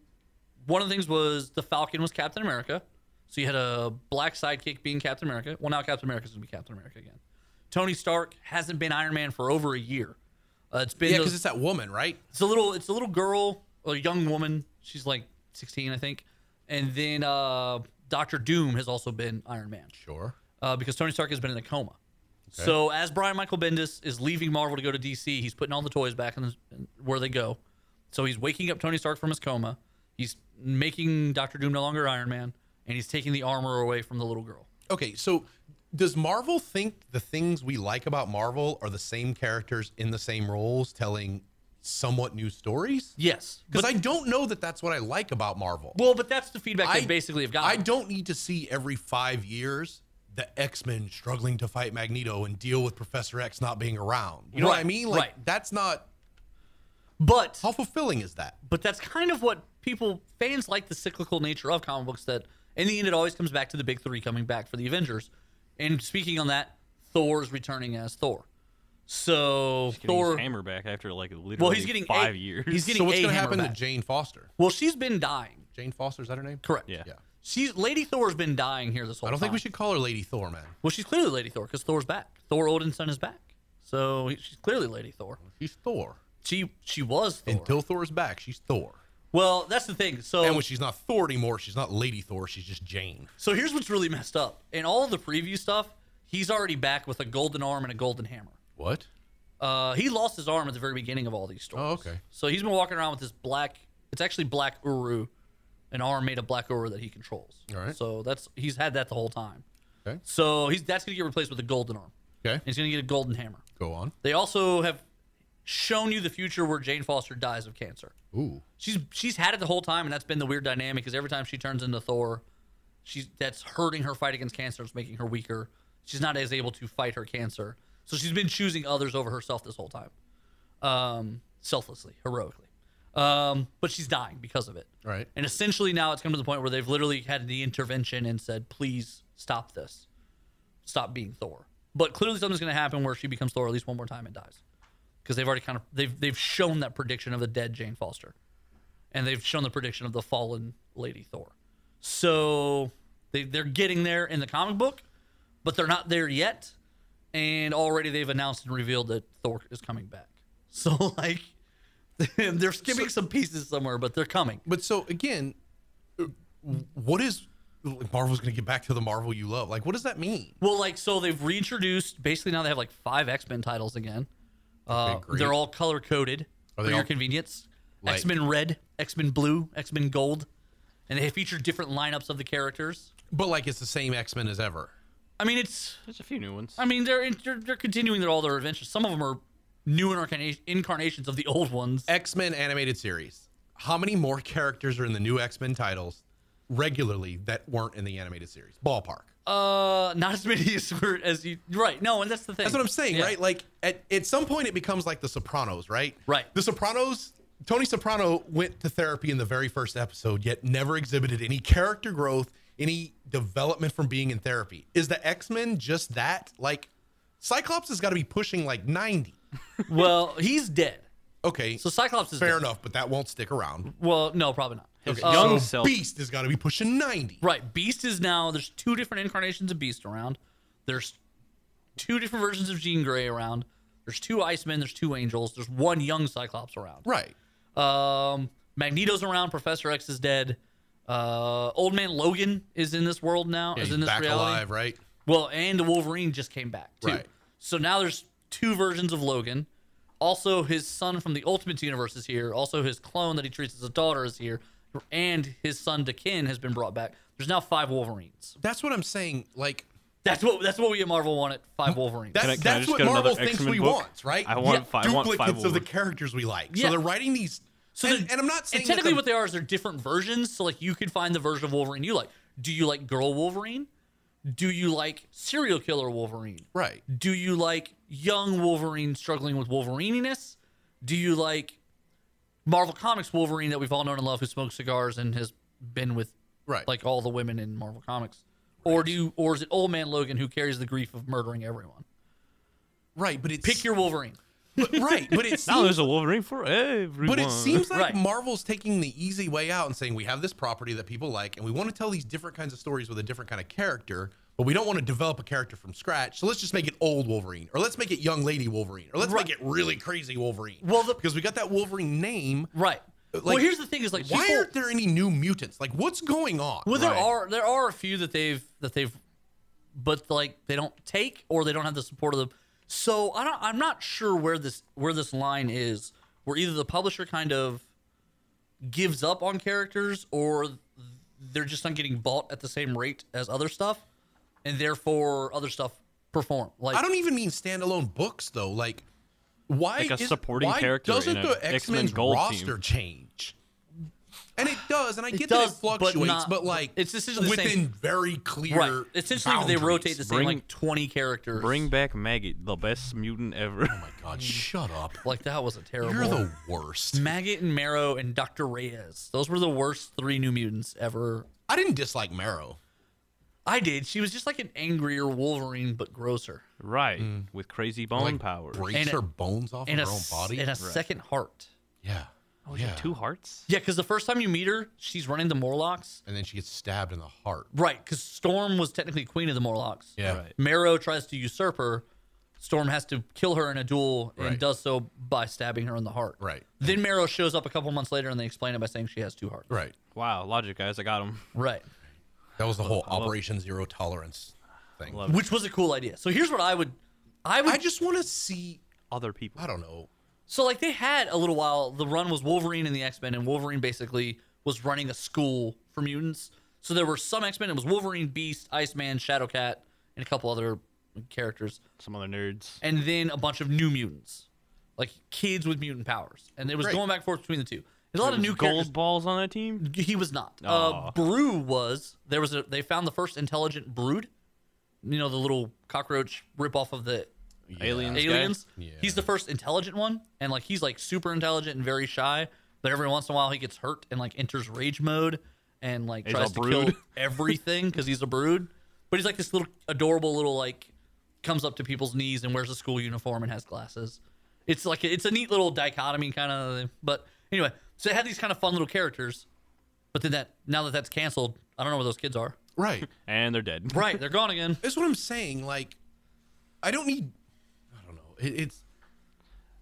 Speaker 1: one of the things was the Falcon was Captain America. So you had a black sidekick being Captain America. Well, now Captain America's gonna be Captain America again. Tony Stark hasn't been Iron Man for over a year. Uh, it's been
Speaker 2: yeah,
Speaker 1: those-
Speaker 2: because it's that woman, right?
Speaker 1: it's a little it's a little girl, a young woman. She's like 16, I think. And then uh, Doctor Doom has also been Iron Man
Speaker 2: Sure.
Speaker 1: uh, because Tony Stark has been in a coma. So as Brian Michael Bendis is leaving Marvel to go to DC, he's putting all the toys back in the, in- where they go. So he's waking up Tony Stark from his coma. He's making Doctor Doom no longer Iron Man, and he's taking the armor away from the little girl.
Speaker 2: Okay, so does Marvel think the things we like about Marvel are the same characters in the same roles telling somewhat new stories?
Speaker 1: Yes,
Speaker 2: Because
Speaker 1: but
Speaker 2: I don't know that that's what I like about Marvel.
Speaker 1: well, but that's the feedback
Speaker 2: I
Speaker 1: they basically have
Speaker 2: I
Speaker 1: gotten.
Speaker 2: don't need to see every five years the X Men struggling to fight Magneto and deal with Professor X not being around. You know what I
Speaker 1: Right,
Speaker 2: mean? Like
Speaker 1: right.
Speaker 2: that's not
Speaker 1: but
Speaker 2: how fulfilling is that?
Speaker 1: but that's kind of what people fans like the cyclical nature of comic books that in the end it always comes back to the big three coming back for the avengers and speaking on that thor's returning as thor so
Speaker 3: Getting his
Speaker 1: thor
Speaker 3: hammer back after like literally
Speaker 1: well he's getting
Speaker 3: five
Speaker 1: a-
Speaker 3: years.
Speaker 1: he's getting
Speaker 2: So what's
Speaker 1: a
Speaker 2: going to
Speaker 1: hammer
Speaker 2: happen
Speaker 1: back.
Speaker 2: to Jane Foster?
Speaker 1: well she's been dying
Speaker 2: Jane Foster is that her name?
Speaker 1: correct
Speaker 3: *laughs* Yeah.
Speaker 2: Yeah.
Speaker 1: she's lady thor's been dying here this whole
Speaker 2: I don't think we
Speaker 1: time.
Speaker 2: should call her Lady Thor, man.
Speaker 1: well she's clearly lady thor because thor's back thor odinson is back so he- she's clearly lady thor
Speaker 2: She's Thor.
Speaker 1: she she was thor
Speaker 2: Until Thor's back, she's Thor.
Speaker 1: well that's the thing so
Speaker 2: And when she's not Thor anymore, she's not Lady Thor. She's just Jane.
Speaker 1: So here's what's really messed up. In all the preview stuff, he's already back with a golden arm and a golden hammer.
Speaker 2: What?
Speaker 1: Uh, he lost his arm at the very beginning of all these stories.
Speaker 2: Oh, okay.
Speaker 1: So he's been walking around with this black. It's actually black uru, an arm made of black uru that he controls.
Speaker 2: All right.
Speaker 1: So that's he's had that the whole time.
Speaker 2: Okay.
Speaker 1: So he's that's gonna get replaced with a golden arm.
Speaker 2: Okay.
Speaker 1: And he's gonna get a golden hammer.
Speaker 2: Go on.
Speaker 1: They also have shown you the future where Jane Foster dies of cancer.
Speaker 2: Ooh.
Speaker 1: She's she's had it the whole time, and that's been the weird dynamic. Because every time she turns into Thor, she's that's hurting her fight against cancer. It's making her weaker. She's not as able to fight her cancer, so she's been choosing others over herself this whole time, um, selflessly, heroically. Um, but she's dying because of it.
Speaker 2: Right.
Speaker 1: And essentially now it's come to the point where they've literally had the intervention and said, "Please stop this, stop being Thor." But clearly something's going to happen where she becomes Thor at least one more time and dies, because they've already kind of they've they've shown that prediction of the dead Jane Foster and they've shown the prediction of the fallen Lady Thor. So they, they're getting there in the comic book, but they're not there yet. And already they've announced and revealed that Thor is coming back. *laughs* So, like, *laughs* they're skipping some pieces somewhere, but they're coming.
Speaker 2: But so again, uh, what is like, Marvel's going to get back to the Marvel you love? Like, what does that mean?
Speaker 1: Well, like, so they've reintroduced basically now they have like five X Men titles again. Uh,
Speaker 2: Okay, great.
Speaker 1: they're all color coded for
Speaker 2: Are they
Speaker 1: your
Speaker 2: all-
Speaker 1: convenience.
Speaker 2: Like-
Speaker 1: X Men Red, X Men Blue, X Men Gold. And they feature different lineups of the characters.
Speaker 2: But like, it's the same X Men as ever.
Speaker 1: I mean, it's
Speaker 3: There's a few new ones.
Speaker 1: I mean, they're, in- they're they're continuing their all their adventures. Some of them are new incarna- incarnations of the old ones.
Speaker 2: X Men animated series. How many more characters are in the new X Men titles regularly that weren't in the animated series? Ballpark.
Speaker 1: Uh, not as many *laughs* as were as you. Right? No, and that's the thing.
Speaker 2: That's what I'm saying,
Speaker 1: Yeah.
Speaker 2: right? Like at, at some point it becomes like the Sopranos, right?
Speaker 1: Right.
Speaker 2: The Sopranos Tony Soprano went to therapy in the very first episode, yet never exhibited any character growth, any development from being in therapy. Is the X-Men just that? Like Cyclops has got to be pushing like 90.
Speaker 1: *laughs* Well, he's dead.
Speaker 2: Okay.
Speaker 1: So Cyclops is
Speaker 2: fair
Speaker 1: dead.
Speaker 2: enough, but that won't stick around.
Speaker 1: Well, no, probably not.
Speaker 3: His
Speaker 1: Uh,
Speaker 3: young
Speaker 2: So
Speaker 3: self.
Speaker 2: Beast has got to be pushing 90.
Speaker 1: right. Beast is now. There's two different incarnations of Beast around. There's two different versions of Jean Grey around. There's two Icemen. There's two Angels. There's one young Cyclops around.
Speaker 2: Right.
Speaker 1: Um, Magneto's around. Professor X is dead. Uh, Old Man Logan is in this world now. is
Speaker 2: He's
Speaker 1: in this
Speaker 2: back
Speaker 1: reality.
Speaker 2: alive, right?
Speaker 1: Well, and the Wolverine just came back too.
Speaker 2: Right.
Speaker 1: So now there's two versions of Logan. Also, his son from the Ultimate Universe is here. Also, his clone that he treats as a daughter is here, and his son Dakin has been brought back. There's now five Wolverines.
Speaker 2: That's what I'm saying. Like
Speaker 1: That's what that's what we at Marvel wanted. Five Wolverines.
Speaker 2: that's,
Speaker 3: Can I- can I
Speaker 2: that's
Speaker 3: just
Speaker 2: what
Speaker 3: get another
Speaker 2: Marvel thinks
Speaker 3: X-Men
Speaker 2: we
Speaker 3: book?
Speaker 2: want, right?
Speaker 3: I want fi- I want
Speaker 2: duplicates
Speaker 3: five
Speaker 2: of the
Speaker 3: Wolverine.
Speaker 2: characters we like.
Speaker 1: Yeah.
Speaker 2: So they're writing these.
Speaker 1: so
Speaker 2: and,
Speaker 1: they're-
Speaker 2: and I'm not saying
Speaker 1: and technically
Speaker 2: that
Speaker 1: what they are is they're different versions. So like you could find the version of Wolverine you like. Do you like girl Wolverine? Do you like serial killer Wolverine?
Speaker 2: right.
Speaker 1: Do you like young Wolverine struggling with Wolverininess? Do you like Marvel Comics Wolverine that we've all known and love, who smokes cigars and has been with
Speaker 2: Right.
Speaker 1: like all the women in Marvel Comics? Or do you, or is it Old Man Logan who carries the grief of murdering everyone?
Speaker 2: Right, but it's
Speaker 1: Pick your Wolverine.
Speaker 2: *laughs* right, but
Speaker 3: *laughs*
Speaker 2: it's
Speaker 3: Now there's a Wolverine for everyone.
Speaker 2: But it seems like
Speaker 1: Right.
Speaker 2: Marvel's taking the easy way out and saying we have this property that people like, and we want to tell these different kinds of stories with a different kind of character, but we don't want to develop a character from scratch. So let's just make it old Wolverine, or let's make it young lady Wolverine, or let's make it really crazy Wolverine.
Speaker 1: Well, the-
Speaker 2: because we got that Wolverine name.
Speaker 1: Right. well,
Speaker 2: Like,
Speaker 1: here's the thing: is like
Speaker 2: Why
Speaker 1: people-
Speaker 2: aren't there any new mutants? Like, what's going on?
Speaker 1: Well, there
Speaker 3: Right.
Speaker 1: are there are a few that they've that they've, but like they don't take or they don't have the support of them. So I don't. I'm not sure where this where this line is. Where either the publisher kind of gives up on characters or they're just not getting bought at the same rate as other stuff, and therefore other stuff perform. Like
Speaker 2: I don't even mean standalone books though. Like, why
Speaker 3: Like a
Speaker 2: is-
Speaker 3: supporting
Speaker 2: why
Speaker 3: character in
Speaker 2: doesn't
Speaker 3: a
Speaker 2: the
Speaker 3: X-Men
Speaker 2: X Men's
Speaker 3: Gold
Speaker 2: roster
Speaker 3: team.
Speaker 2: change? And it does, and I get
Speaker 1: It
Speaker 2: that
Speaker 1: does,
Speaker 2: it
Speaker 1: but
Speaker 2: fluctuates, but,
Speaker 1: not-
Speaker 2: like
Speaker 1: it's essentially the
Speaker 2: within
Speaker 1: same-
Speaker 2: very clear.
Speaker 1: right. Essentially,
Speaker 2: boundaries.
Speaker 1: they rotate the same
Speaker 3: Bring-
Speaker 1: like 20 characters.
Speaker 3: Bring back Maggot, the best mutant ever.
Speaker 2: Oh *laughs* God,
Speaker 1: Hmm.
Speaker 2: shut up!
Speaker 1: like that was a terrible.
Speaker 2: You're the worst.
Speaker 1: Maggot and Marrow and Dr. Reyes. Those were the worst three New Mutants ever
Speaker 2: I didn't dislike Marrow.
Speaker 1: I did. She was just like an angrier Wolverine, but grosser,
Speaker 3: right, with crazy bone power.
Speaker 2: Breaks
Speaker 1: And a-
Speaker 2: her bones off
Speaker 1: and
Speaker 2: her
Speaker 1: a,
Speaker 2: own
Speaker 1: s-
Speaker 2: body.
Speaker 1: and a second heart.
Speaker 2: yeah,
Speaker 3: Oh, she
Speaker 2: yeah.
Speaker 3: had two hearts?
Speaker 1: Yeah, because the first time you meet her, she's running the Morlocks.
Speaker 2: and then she gets stabbed in the heart.
Speaker 1: Right, because Storm was technically queen of the Morlocks.
Speaker 2: Yeah,
Speaker 3: Right.
Speaker 1: Marrow tries to usurp her. Storm has to kill her in a duel and
Speaker 2: Right.
Speaker 1: does so by stabbing her in the heart.
Speaker 2: Right.
Speaker 1: Then Marrow shows up a couple months later and they explain it by saying she has two hearts.
Speaker 2: right.
Speaker 3: Wow, logic, guys. I got him.
Speaker 1: Right.
Speaker 2: That was the whole Operation Zero Tolerance thing.
Speaker 3: Love
Speaker 1: Which was a cool idea. So here's what I would, I would
Speaker 2: I just want to see.
Speaker 3: Other people.
Speaker 2: I don't know.
Speaker 1: So like they had a little while. The run was Wolverine and the X Men, and Wolverine basically was running a school for mutants. So there were some X Men. It was Wolverine, Beast, Iceman, Shadowcat, and a couple other characters,
Speaker 3: Some other nerds.
Speaker 1: and then a bunch of new mutants, like kids with mutant powers. And it was
Speaker 2: Great.
Speaker 1: going back and forth between the two. There's a lot of new
Speaker 3: gold
Speaker 1: characters.
Speaker 3: balls on that team?
Speaker 1: He was not. Uh,
Speaker 3: Aw.
Speaker 1: Brew was. There was a. They found the first intelligent brood. You know the little cockroach rip off of the
Speaker 3: Aliens. guy?
Speaker 1: aliens.
Speaker 2: Yeah.
Speaker 1: He's the first intelligent one, and like he's like super intelligent and very shy. But every once in a while, he gets hurt and like enters rage mode and like
Speaker 3: He's
Speaker 1: tries
Speaker 3: a
Speaker 1: to
Speaker 3: brood.
Speaker 1: kill *laughs* everything because he's a brood. But he's like this little adorable little like comes up to people's knees and wears a school uniform and has glasses. It's like it's a neat little dichotomy kind of. But anyway, so they had these kind of fun little characters. But then that now that that's canceled, I don't know where those kids
Speaker 3: *laughs*
Speaker 1: are.
Speaker 2: Right.
Speaker 3: And they're dead.
Speaker 1: Right, they're gone again.
Speaker 2: That's what I'm saying. Like, I don't need. I don't know. It, it's.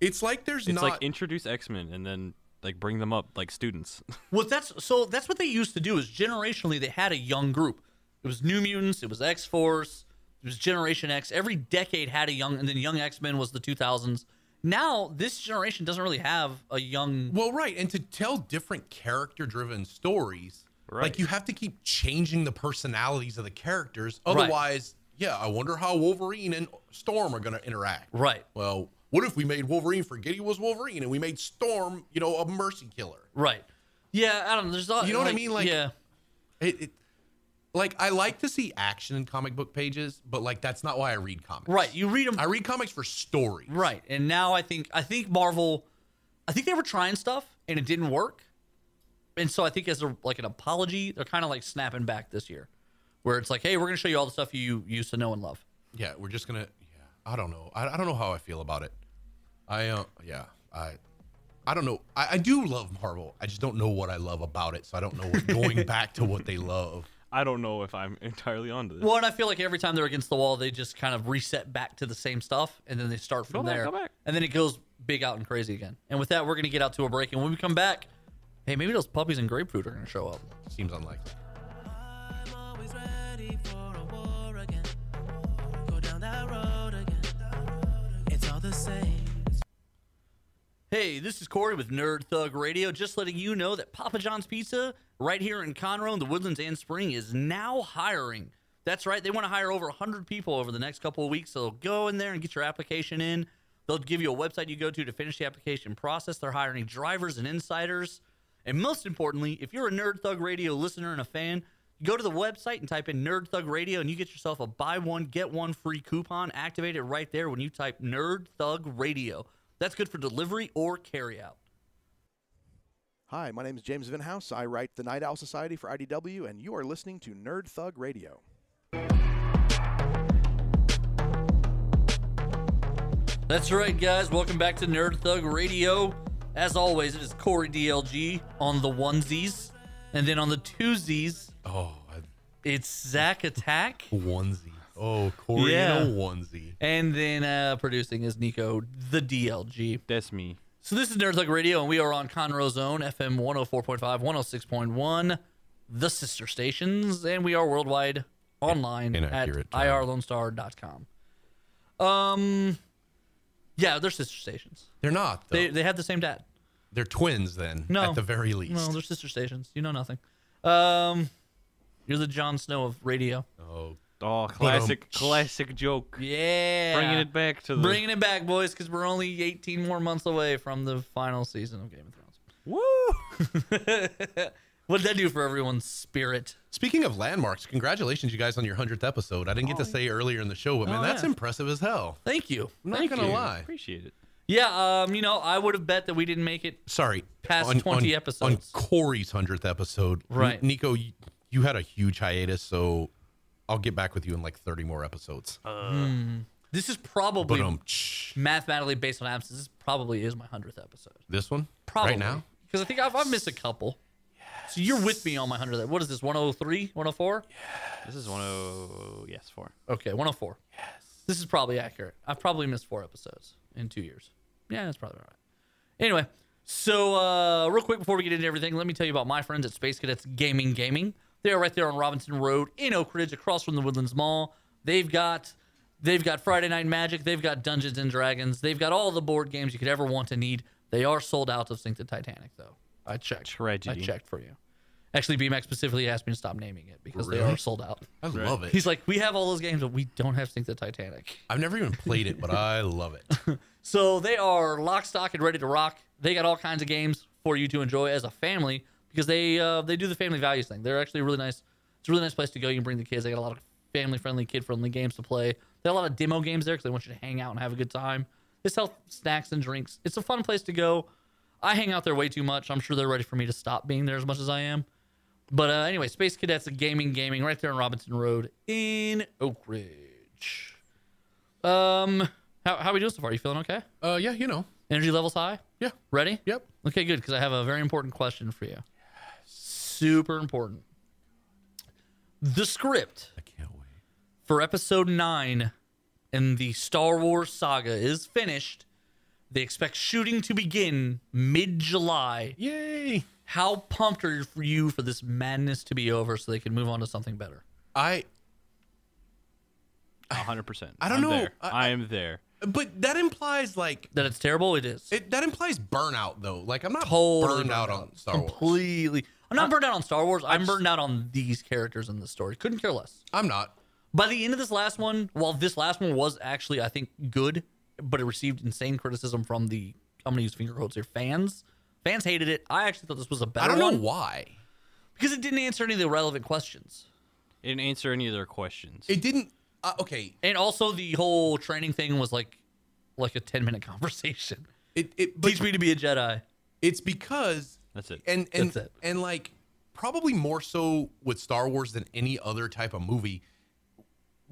Speaker 2: It's like there's
Speaker 3: It's
Speaker 2: not.
Speaker 3: like introduce X Men and then like bring them up like students. *laughs*
Speaker 1: Well, that's so. That's what they used to do. Is generationally they had a young group. It was New Mutants. It was X Force. It was Generation X. Every decade had a young, and then Young X Men was the 2000s. Now this generation doesn't really have a young.
Speaker 2: well, right, and to tell different character-driven stories, like
Speaker 3: Right.
Speaker 2: you have to keep changing the personalities of the characters. Otherwise, yeah, I wonder how Wolverine and Storm are going to interact.
Speaker 1: Right.
Speaker 2: Well, what if we made Wolverine forget he was Wolverine and we made Storm, you know, a mercy killer?
Speaker 1: Right. Yeah, I don't know. There's a-
Speaker 2: You know what I mean? Like-
Speaker 1: yeah,
Speaker 2: It, it, like I like to see action in comic book pages, but like that's not why I read comics.
Speaker 1: right. You read them.
Speaker 2: I read comics for story.
Speaker 1: Right. And now I think I think Marvel I think they were trying stuff and it didn't work. And so I think as a like an apology, they're kind of like snapping back this year. Where it's like, "Hey, we're going to show you all the stuff you used to know and love."
Speaker 2: Yeah, we're just gonna. Yeah, I don't know. I, I don't know how I feel about it. I uh, yeah, I, I don't know.
Speaker 1: *laughs*
Speaker 2: I, I do love Marvel. I just don't know what I love about it. So I don't know what going back to what they love.
Speaker 3: I don't know if I'm entirely onto this.
Speaker 1: Well, and I feel like every time they're against the wall, they just kind of reset back to the same stuff, and then they start from
Speaker 3: Go back,
Speaker 1: there,
Speaker 3: go back.
Speaker 1: and then it goes big out and crazy again. And with that, we're gonna get out to a break, and when we come back, hey, maybe those puppies and grapefruit are gonna show up.
Speaker 2: Seems unlikely.
Speaker 6: I'm always ready for a war again. Go down that road again. It's all the same.
Speaker 1: Hey, this is Corey with Nerd Thug Radio, just letting you know that Papa John's Pizza, right here in Conroe, in the Woodlands and Spring, is now hiring. That's right, they want to hire over 100 people over the next couple of weeks, so go in there and get your application in. They'll give you a website you go to to finish the application process. They're hiring drivers and insiders. And most importantly, if you're a Nerd Thug Radio listener and a fan, go to the website and type in Nerd Thug Radio and you get yourself a buy one, get one free coupon. Activate it right there when you type Nerd Thug Radio. That's good for delivery or carryout.
Speaker 7: Hi, my name is James Vinhouse. I write the Night Owl Society for IDW, and you are listening to Nerd Thug Radio.
Speaker 1: That's right, guys. Welcome back to Nerd Thug Radio. As always, it is Corey DLG on the onesies. And then on the twosies,
Speaker 2: Oh,
Speaker 1: it's Zach Attack.
Speaker 2: a onesie. Oh, Corey
Speaker 1: Yeah.
Speaker 2: in a onesie.
Speaker 1: And then uh, producing is Nico, the DLG.
Speaker 3: That's me.
Speaker 1: So this is Nerd Thug Radio, and we are on Conroe Zone FM 104.5, 106.1, the sister stations, and we are worldwide online at
Speaker 2: Inaccurate term.
Speaker 1: irlonestar.com. Um, yeah, they're sister stations.
Speaker 2: They're not. Though.
Speaker 1: They, they have the same dad.
Speaker 2: They, are twins then,
Speaker 1: No.
Speaker 2: at the very least.
Speaker 1: No, they're sister stations. You know nothing. Um, you're the Jon Snow of radio.
Speaker 2: oh,
Speaker 3: Oh, classic, classic joke.
Speaker 1: Yeah,
Speaker 3: Bringing it back to the.
Speaker 1: bringing it back, boys, because we're only 18 more months away from the final season of Game of Thrones. *laughs* Woo! What'd that do for everyone's spirit?
Speaker 2: Speaking of landmarks, congratulations, you guys, on your hundredth episode. I didn't get to say earlier in the show, but man,
Speaker 1: Oh,
Speaker 2: that's
Speaker 1: yeah.
Speaker 2: impressive as hell.
Speaker 1: Thank you.
Speaker 2: I'm not
Speaker 1: Thank
Speaker 2: gonna
Speaker 1: you.
Speaker 2: lie.
Speaker 3: Appreciate it.
Speaker 1: Yeah, um, you know, I would have bet that we didn't make it.
Speaker 2: Sorry,
Speaker 1: Past
Speaker 2: on,
Speaker 1: 20
Speaker 2: on-
Speaker 1: episodes.
Speaker 2: on Corey's hundredth episode. N-
Speaker 1: Right.
Speaker 2: Nico, you, you had a huge hiatus, so I'll get back with you in like thirty more episodes.
Speaker 1: Uh, This is probably
Speaker 2: but um, tsh.
Speaker 1: mathematically based on absence. This probably is my hundredth episode.
Speaker 2: this one
Speaker 1: Probably
Speaker 2: right now.
Speaker 1: because I think I've, I've missed a couple. So you're with me on my hundredth. What is this? 103, 104?
Speaker 3: This is one oh yes four.
Speaker 1: Okay, 104. Yes. This is probably accurate. I've probably missed four episodes in two years. Yeah, that's probably right. Anyway, so uh, real quick before we get into everything, let me tell you about my friends at Space Cadets Gaming Gaming. They are right there on Robinson Road in Oak Ridge, across from the Woodlands Mall. They've got they've got Friday Night Magic. They've got Dungeons and Dragons. They've got all the board games you could ever want to need. They are sold out of Sink the Titanic, though. I checked.
Speaker 3: Tragedy.
Speaker 1: I checked for you. Actually, BMAC specifically asked me to stop naming it because they
Speaker 2: Really?
Speaker 1: are sold out.
Speaker 2: I love it.
Speaker 1: He's like, we have all those games, but we don't have Sink the Titanic.
Speaker 2: I've never even played it, but
Speaker 1: *laughs*
Speaker 2: I love it.
Speaker 1: So they are lock, stock, and ready to rock. They got all kinds of games for you to enjoy as a family because they uh, they do the family values thing. They're actually really nice. It's a really nice place to go. You can bring the kids. They got a lot of family friendly, kid friendly games to play. They got a lot of demo games there because they want you to hang out and have a good time. They sell snacks and drinks. It's a fun place to go. I hang out there way too much. I'm sure they're ready for me to stop being there as much as I am. But uh, anyway, Space Cadets Gaming Gaming right there on Robinson Road in Oak Ridge. Um, how how we doing so far? You feeling okay?
Speaker 2: Uh, yeah, you know,
Speaker 1: Energy levels high?
Speaker 2: yeah,
Speaker 1: Ready?
Speaker 2: yep.
Speaker 1: Okay, good, because I have a very important question for you. Super important. The script
Speaker 2: I can't wait.
Speaker 1: for episode 9 in the Star Wars saga is finished. They expect shooting to begin mid July.
Speaker 2: Yay!
Speaker 1: How pumped are you for this madness to be over so they can move on to something better?
Speaker 2: I
Speaker 3: A hundred percent.
Speaker 2: *laughs* I don't
Speaker 3: I'm
Speaker 2: know.
Speaker 3: There.
Speaker 2: I-
Speaker 3: I, am there.
Speaker 2: but that implies like
Speaker 1: That it's terrible? It is.
Speaker 2: it, that implies burnout though. Like I'm not
Speaker 1: Totally
Speaker 2: burned out
Speaker 1: burned
Speaker 2: on Star Wars.
Speaker 1: Completely. I'm not burned out on Star Wars. I'm burned out on these characters in the story. Couldn't care less.
Speaker 2: I'm not.
Speaker 1: By the end of this last one, while this last one was actually, I think, good, but it received insane criticism from the I'm gonna use finger quotes here fans. Fans hated it. I actually thought this was a better
Speaker 2: I don't
Speaker 1: one
Speaker 2: know why.
Speaker 1: because it didn't answer any of the relevant questions.
Speaker 3: It didn't answer any of their questions.
Speaker 2: It didn't. Uh, okay.
Speaker 1: And also, the whole training thing was like, like a ten minute *laughs* conversation.
Speaker 2: It it but
Speaker 1: Teach me to be a Jedi.
Speaker 2: it's because
Speaker 3: That's it.
Speaker 2: And and
Speaker 1: That's it.
Speaker 2: and like probably more so with Star Wars than any other type of movie.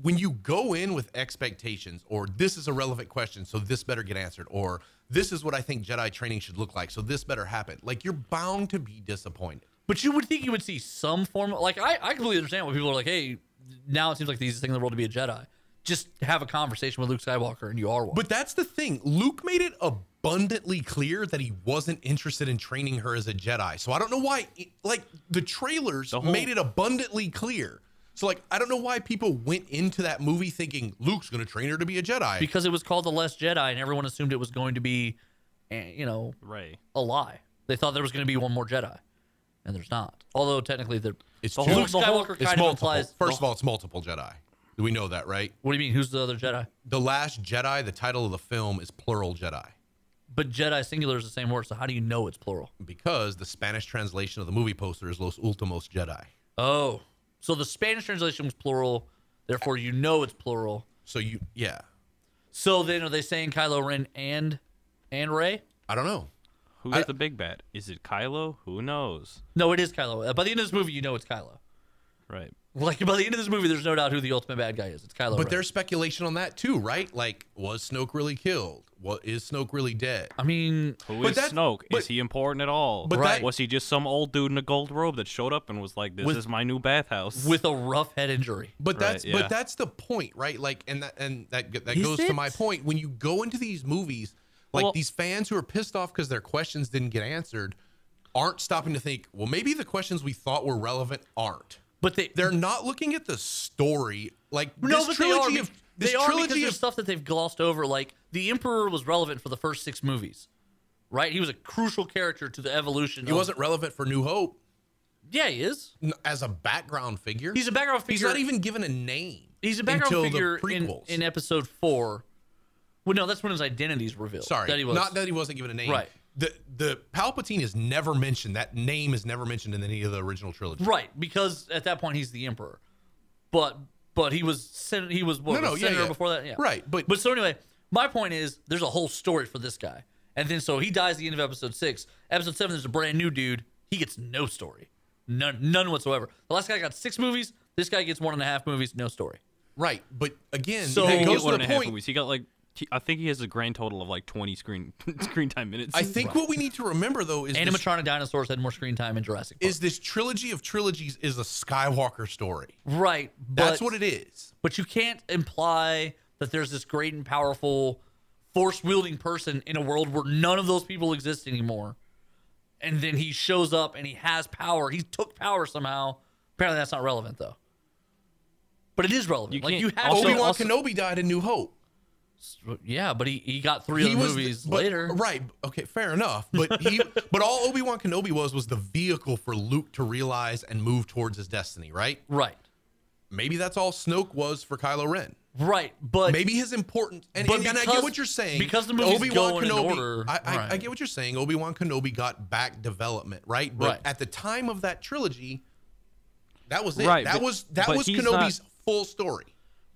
Speaker 2: When you go in with expectations, or this is a relevant question, so this better get answered, or this is what I think Jedi training should look like, so this better happen. Like you're bound to be disappointed.
Speaker 1: But you would think you would see some form. Like I, I completely understand why people are like, hey, now it seems like the easiest thing in the world to be a Jedi. Just have a conversation with Luke Skywalker, and you are one.
Speaker 2: But that's the thing. Luke made it abundantly clear that he wasn't interested in training her as a Jedi. So I don't know why, like, the trailers
Speaker 3: whole-
Speaker 2: made it abundantly clear. So, like, I don't know why people went into that movie thinking Luke's going to train her to be a Jedi.
Speaker 1: because it was called the Last Jedi, and everyone assumed it was going to be, eh, you know,
Speaker 3: Ray.
Speaker 1: a lie. They thought there was going to be one more Jedi, and there's not. Although technically, there.
Speaker 2: it's
Speaker 1: the
Speaker 2: two-
Speaker 1: whole Luke
Speaker 2: the whole-
Speaker 1: Skywalker
Speaker 2: it's
Speaker 1: kind of
Speaker 2: multiple.
Speaker 1: implies.
Speaker 2: First of all, it's multiple Jedi. We know that, right?
Speaker 1: what do you mean? Who's the other Jedi?
Speaker 2: The Last Jedi, the title of the film is plural Jedi
Speaker 1: But Jedi singular is the same word, so how do you know it's plural?
Speaker 2: because the Spanish translation of the movie poster is Los Ultimos Jedi.
Speaker 1: Oh, so the Spanish translation was plural, therefore you know it's plural.
Speaker 2: So you, yeah,
Speaker 1: So then, are they saying Kylo Ren and and Ray?
Speaker 2: I don't know.
Speaker 3: Who's
Speaker 2: I-
Speaker 3: the big bad? Is it Kylo? Who knows?
Speaker 1: No, it is Kylo. Uh, By the end of this movie, you know it's Kylo.
Speaker 3: Right.
Speaker 1: Like by the end of this movie, there's no doubt who the ultimate bad guy is. It's Kylo.
Speaker 2: But
Speaker 1: Ren.
Speaker 2: there's speculation on that too, right? Like, was Snoke really killed? What is Snoke really dead?
Speaker 1: I mean,
Speaker 3: Who
Speaker 2: But
Speaker 3: is
Speaker 2: that-
Speaker 3: Snoke?
Speaker 2: but-
Speaker 3: is he important at all?
Speaker 2: but Right. that-
Speaker 3: was he just some old dude in a gold robe that showed up and was like, "This
Speaker 1: With-
Speaker 3: is my new bathhouse"?
Speaker 1: with a rough head injury.
Speaker 2: But
Speaker 3: Right,
Speaker 2: that's
Speaker 3: yeah.
Speaker 2: but that's the point, right? Like, and that and that that
Speaker 1: Is
Speaker 2: goes to my
Speaker 1: it?
Speaker 2: point. When you go into these movies, like
Speaker 3: Well-
Speaker 2: these fans who are pissed off because their questions didn't get answered, aren't stopping to think. Well, maybe the questions we thought were relevant aren't.
Speaker 1: But they
Speaker 2: They're not looking at the story. Like
Speaker 1: Mm-hmm. no,
Speaker 2: this
Speaker 1: but they
Speaker 2: trilogy
Speaker 1: are.
Speaker 2: of
Speaker 1: they
Speaker 2: this
Speaker 1: are because
Speaker 2: trilogy
Speaker 1: there's
Speaker 2: of
Speaker 1: stuff that they've glossed over. Like the Emperor was relevant for the first six movies, right? He was a crucial character to the evolution.
Speaker 2: he wasn't relevant for New Hope
Speaker 1: Yeah, he is.
Speaker 2: n- as a background figure.
Speaker 1: He's a background
Speaker 2: He's
Speaker 1: figure.
Speaker 2: not even given a name.
Speaker 1: He's a background
Speaker 2: until
Speaker 1: figure
Speaker 2: the
Speaker 1: in,
Speaker 2: prequels.
Speaker 1: in episode four. Well, no, that's when his identity's revealed.
Speaker 2: Sorry,
Speaker 1: that he was.
Speaker 2: not that he wasn't given a name.
Speaker 1: Right.
Speaker 2: The the Palpatine is never mentioned. That name is never mentioned in any of the original trilogy.
Speaker 1: Right, because at that point he's the emperor, but but he was sen- he was what
Speaker 2: No, no,
Speaker 1: was
Speaker 2: yeah,
Speaker 1: senator
Speaker 2: yeah.
Speaker 1: before that. Yeah,
Speaker 2: Right, but-
Speaker 1: but so anyway, my point is there's a whole story for this guy, and then so he dies at the end of episode six. Episode seven, there's a brand new dude. He gets no story, none none whatsoever. The last guy got six movies. This guy gets one and a half movies, no story.
Speaker 2: Right. But again,
Speaker 1: So-
Speaker 2: that
Speaker 3: He didn't
Speaker 2: goes
Speaker 3: get one
Speaker 2: to
Speaker 3: and
Speaker 2: the
Speaker 3: a half
Speaker 2: point.
Speaker 3: movies. He got like, t- I think he has a grand total of like 20 screen *laughs* screen time minutes.
Speaker 2: I think what we need to remember though is this,
Speaker 1: Animatronic dinosaurs had more screen time in Jurassic. Park.
Speaker 2: is this trilogy of trilogies is a Skywalker story.
Speaker 1: right, but
Speaker 2: That's what it is.
Speaker 1: But you can't imply that there's this great and powerful force wielding person in a world where none of those people exist anymore. And then he shows up and he has power. He took power somehow. Apparently that's not relevant though. But it is relevant.
Speaker 3: You
Speaker 1: like
Speaker 3: can't-
Speaker 1: you have
Speaker 3: also-
Speaker 2: Obi Wan
Speaker 3: also-
Speaker 2: Kenobi died in New Hope.
Speaker 1: Yeah, but he, he got three other
Speaker 2: was the-
Speaker 1: movies
Speaker 2: but-
Speaker 1: later.
Speaker 2: Right. Okay. Fair enough. But
Speaker 1: *laughs*
Speaker 2: he, but all Obi Wan Kenobi was was the vehicle for Luke to realize and move towards his destiny. Right.
Speaker 1: Right.
Speaker 2: Maybe that's all Snoke was for Kylo Ren.
Speaker 1: Right. But
Speaker 2: Maybe his importance. And,
Speaker 1: But
Speaker 2: and, and I
Speaker 1: because-
Speaker 2: get what you're saying
Speaker 1: because the movie's going in
Speaker 2: Kenobi.
Speaker 1: order,
Speaker 2: I, I, I
Speaker 1: right.
Speaker 2: get what you're saying. Obi Wan Kenobi got back development, right? But
Speaker 1: Right.
Speaker 2: at the time of that trilogy, that was it.
Speaker 3: Right,
Speaker 2: that
Speaker 3: but-
Speaker 2: was that
Speaker 3: but
Speaker 2: was
Speaker 3: he's
Speaker 2: Kenobi's full story.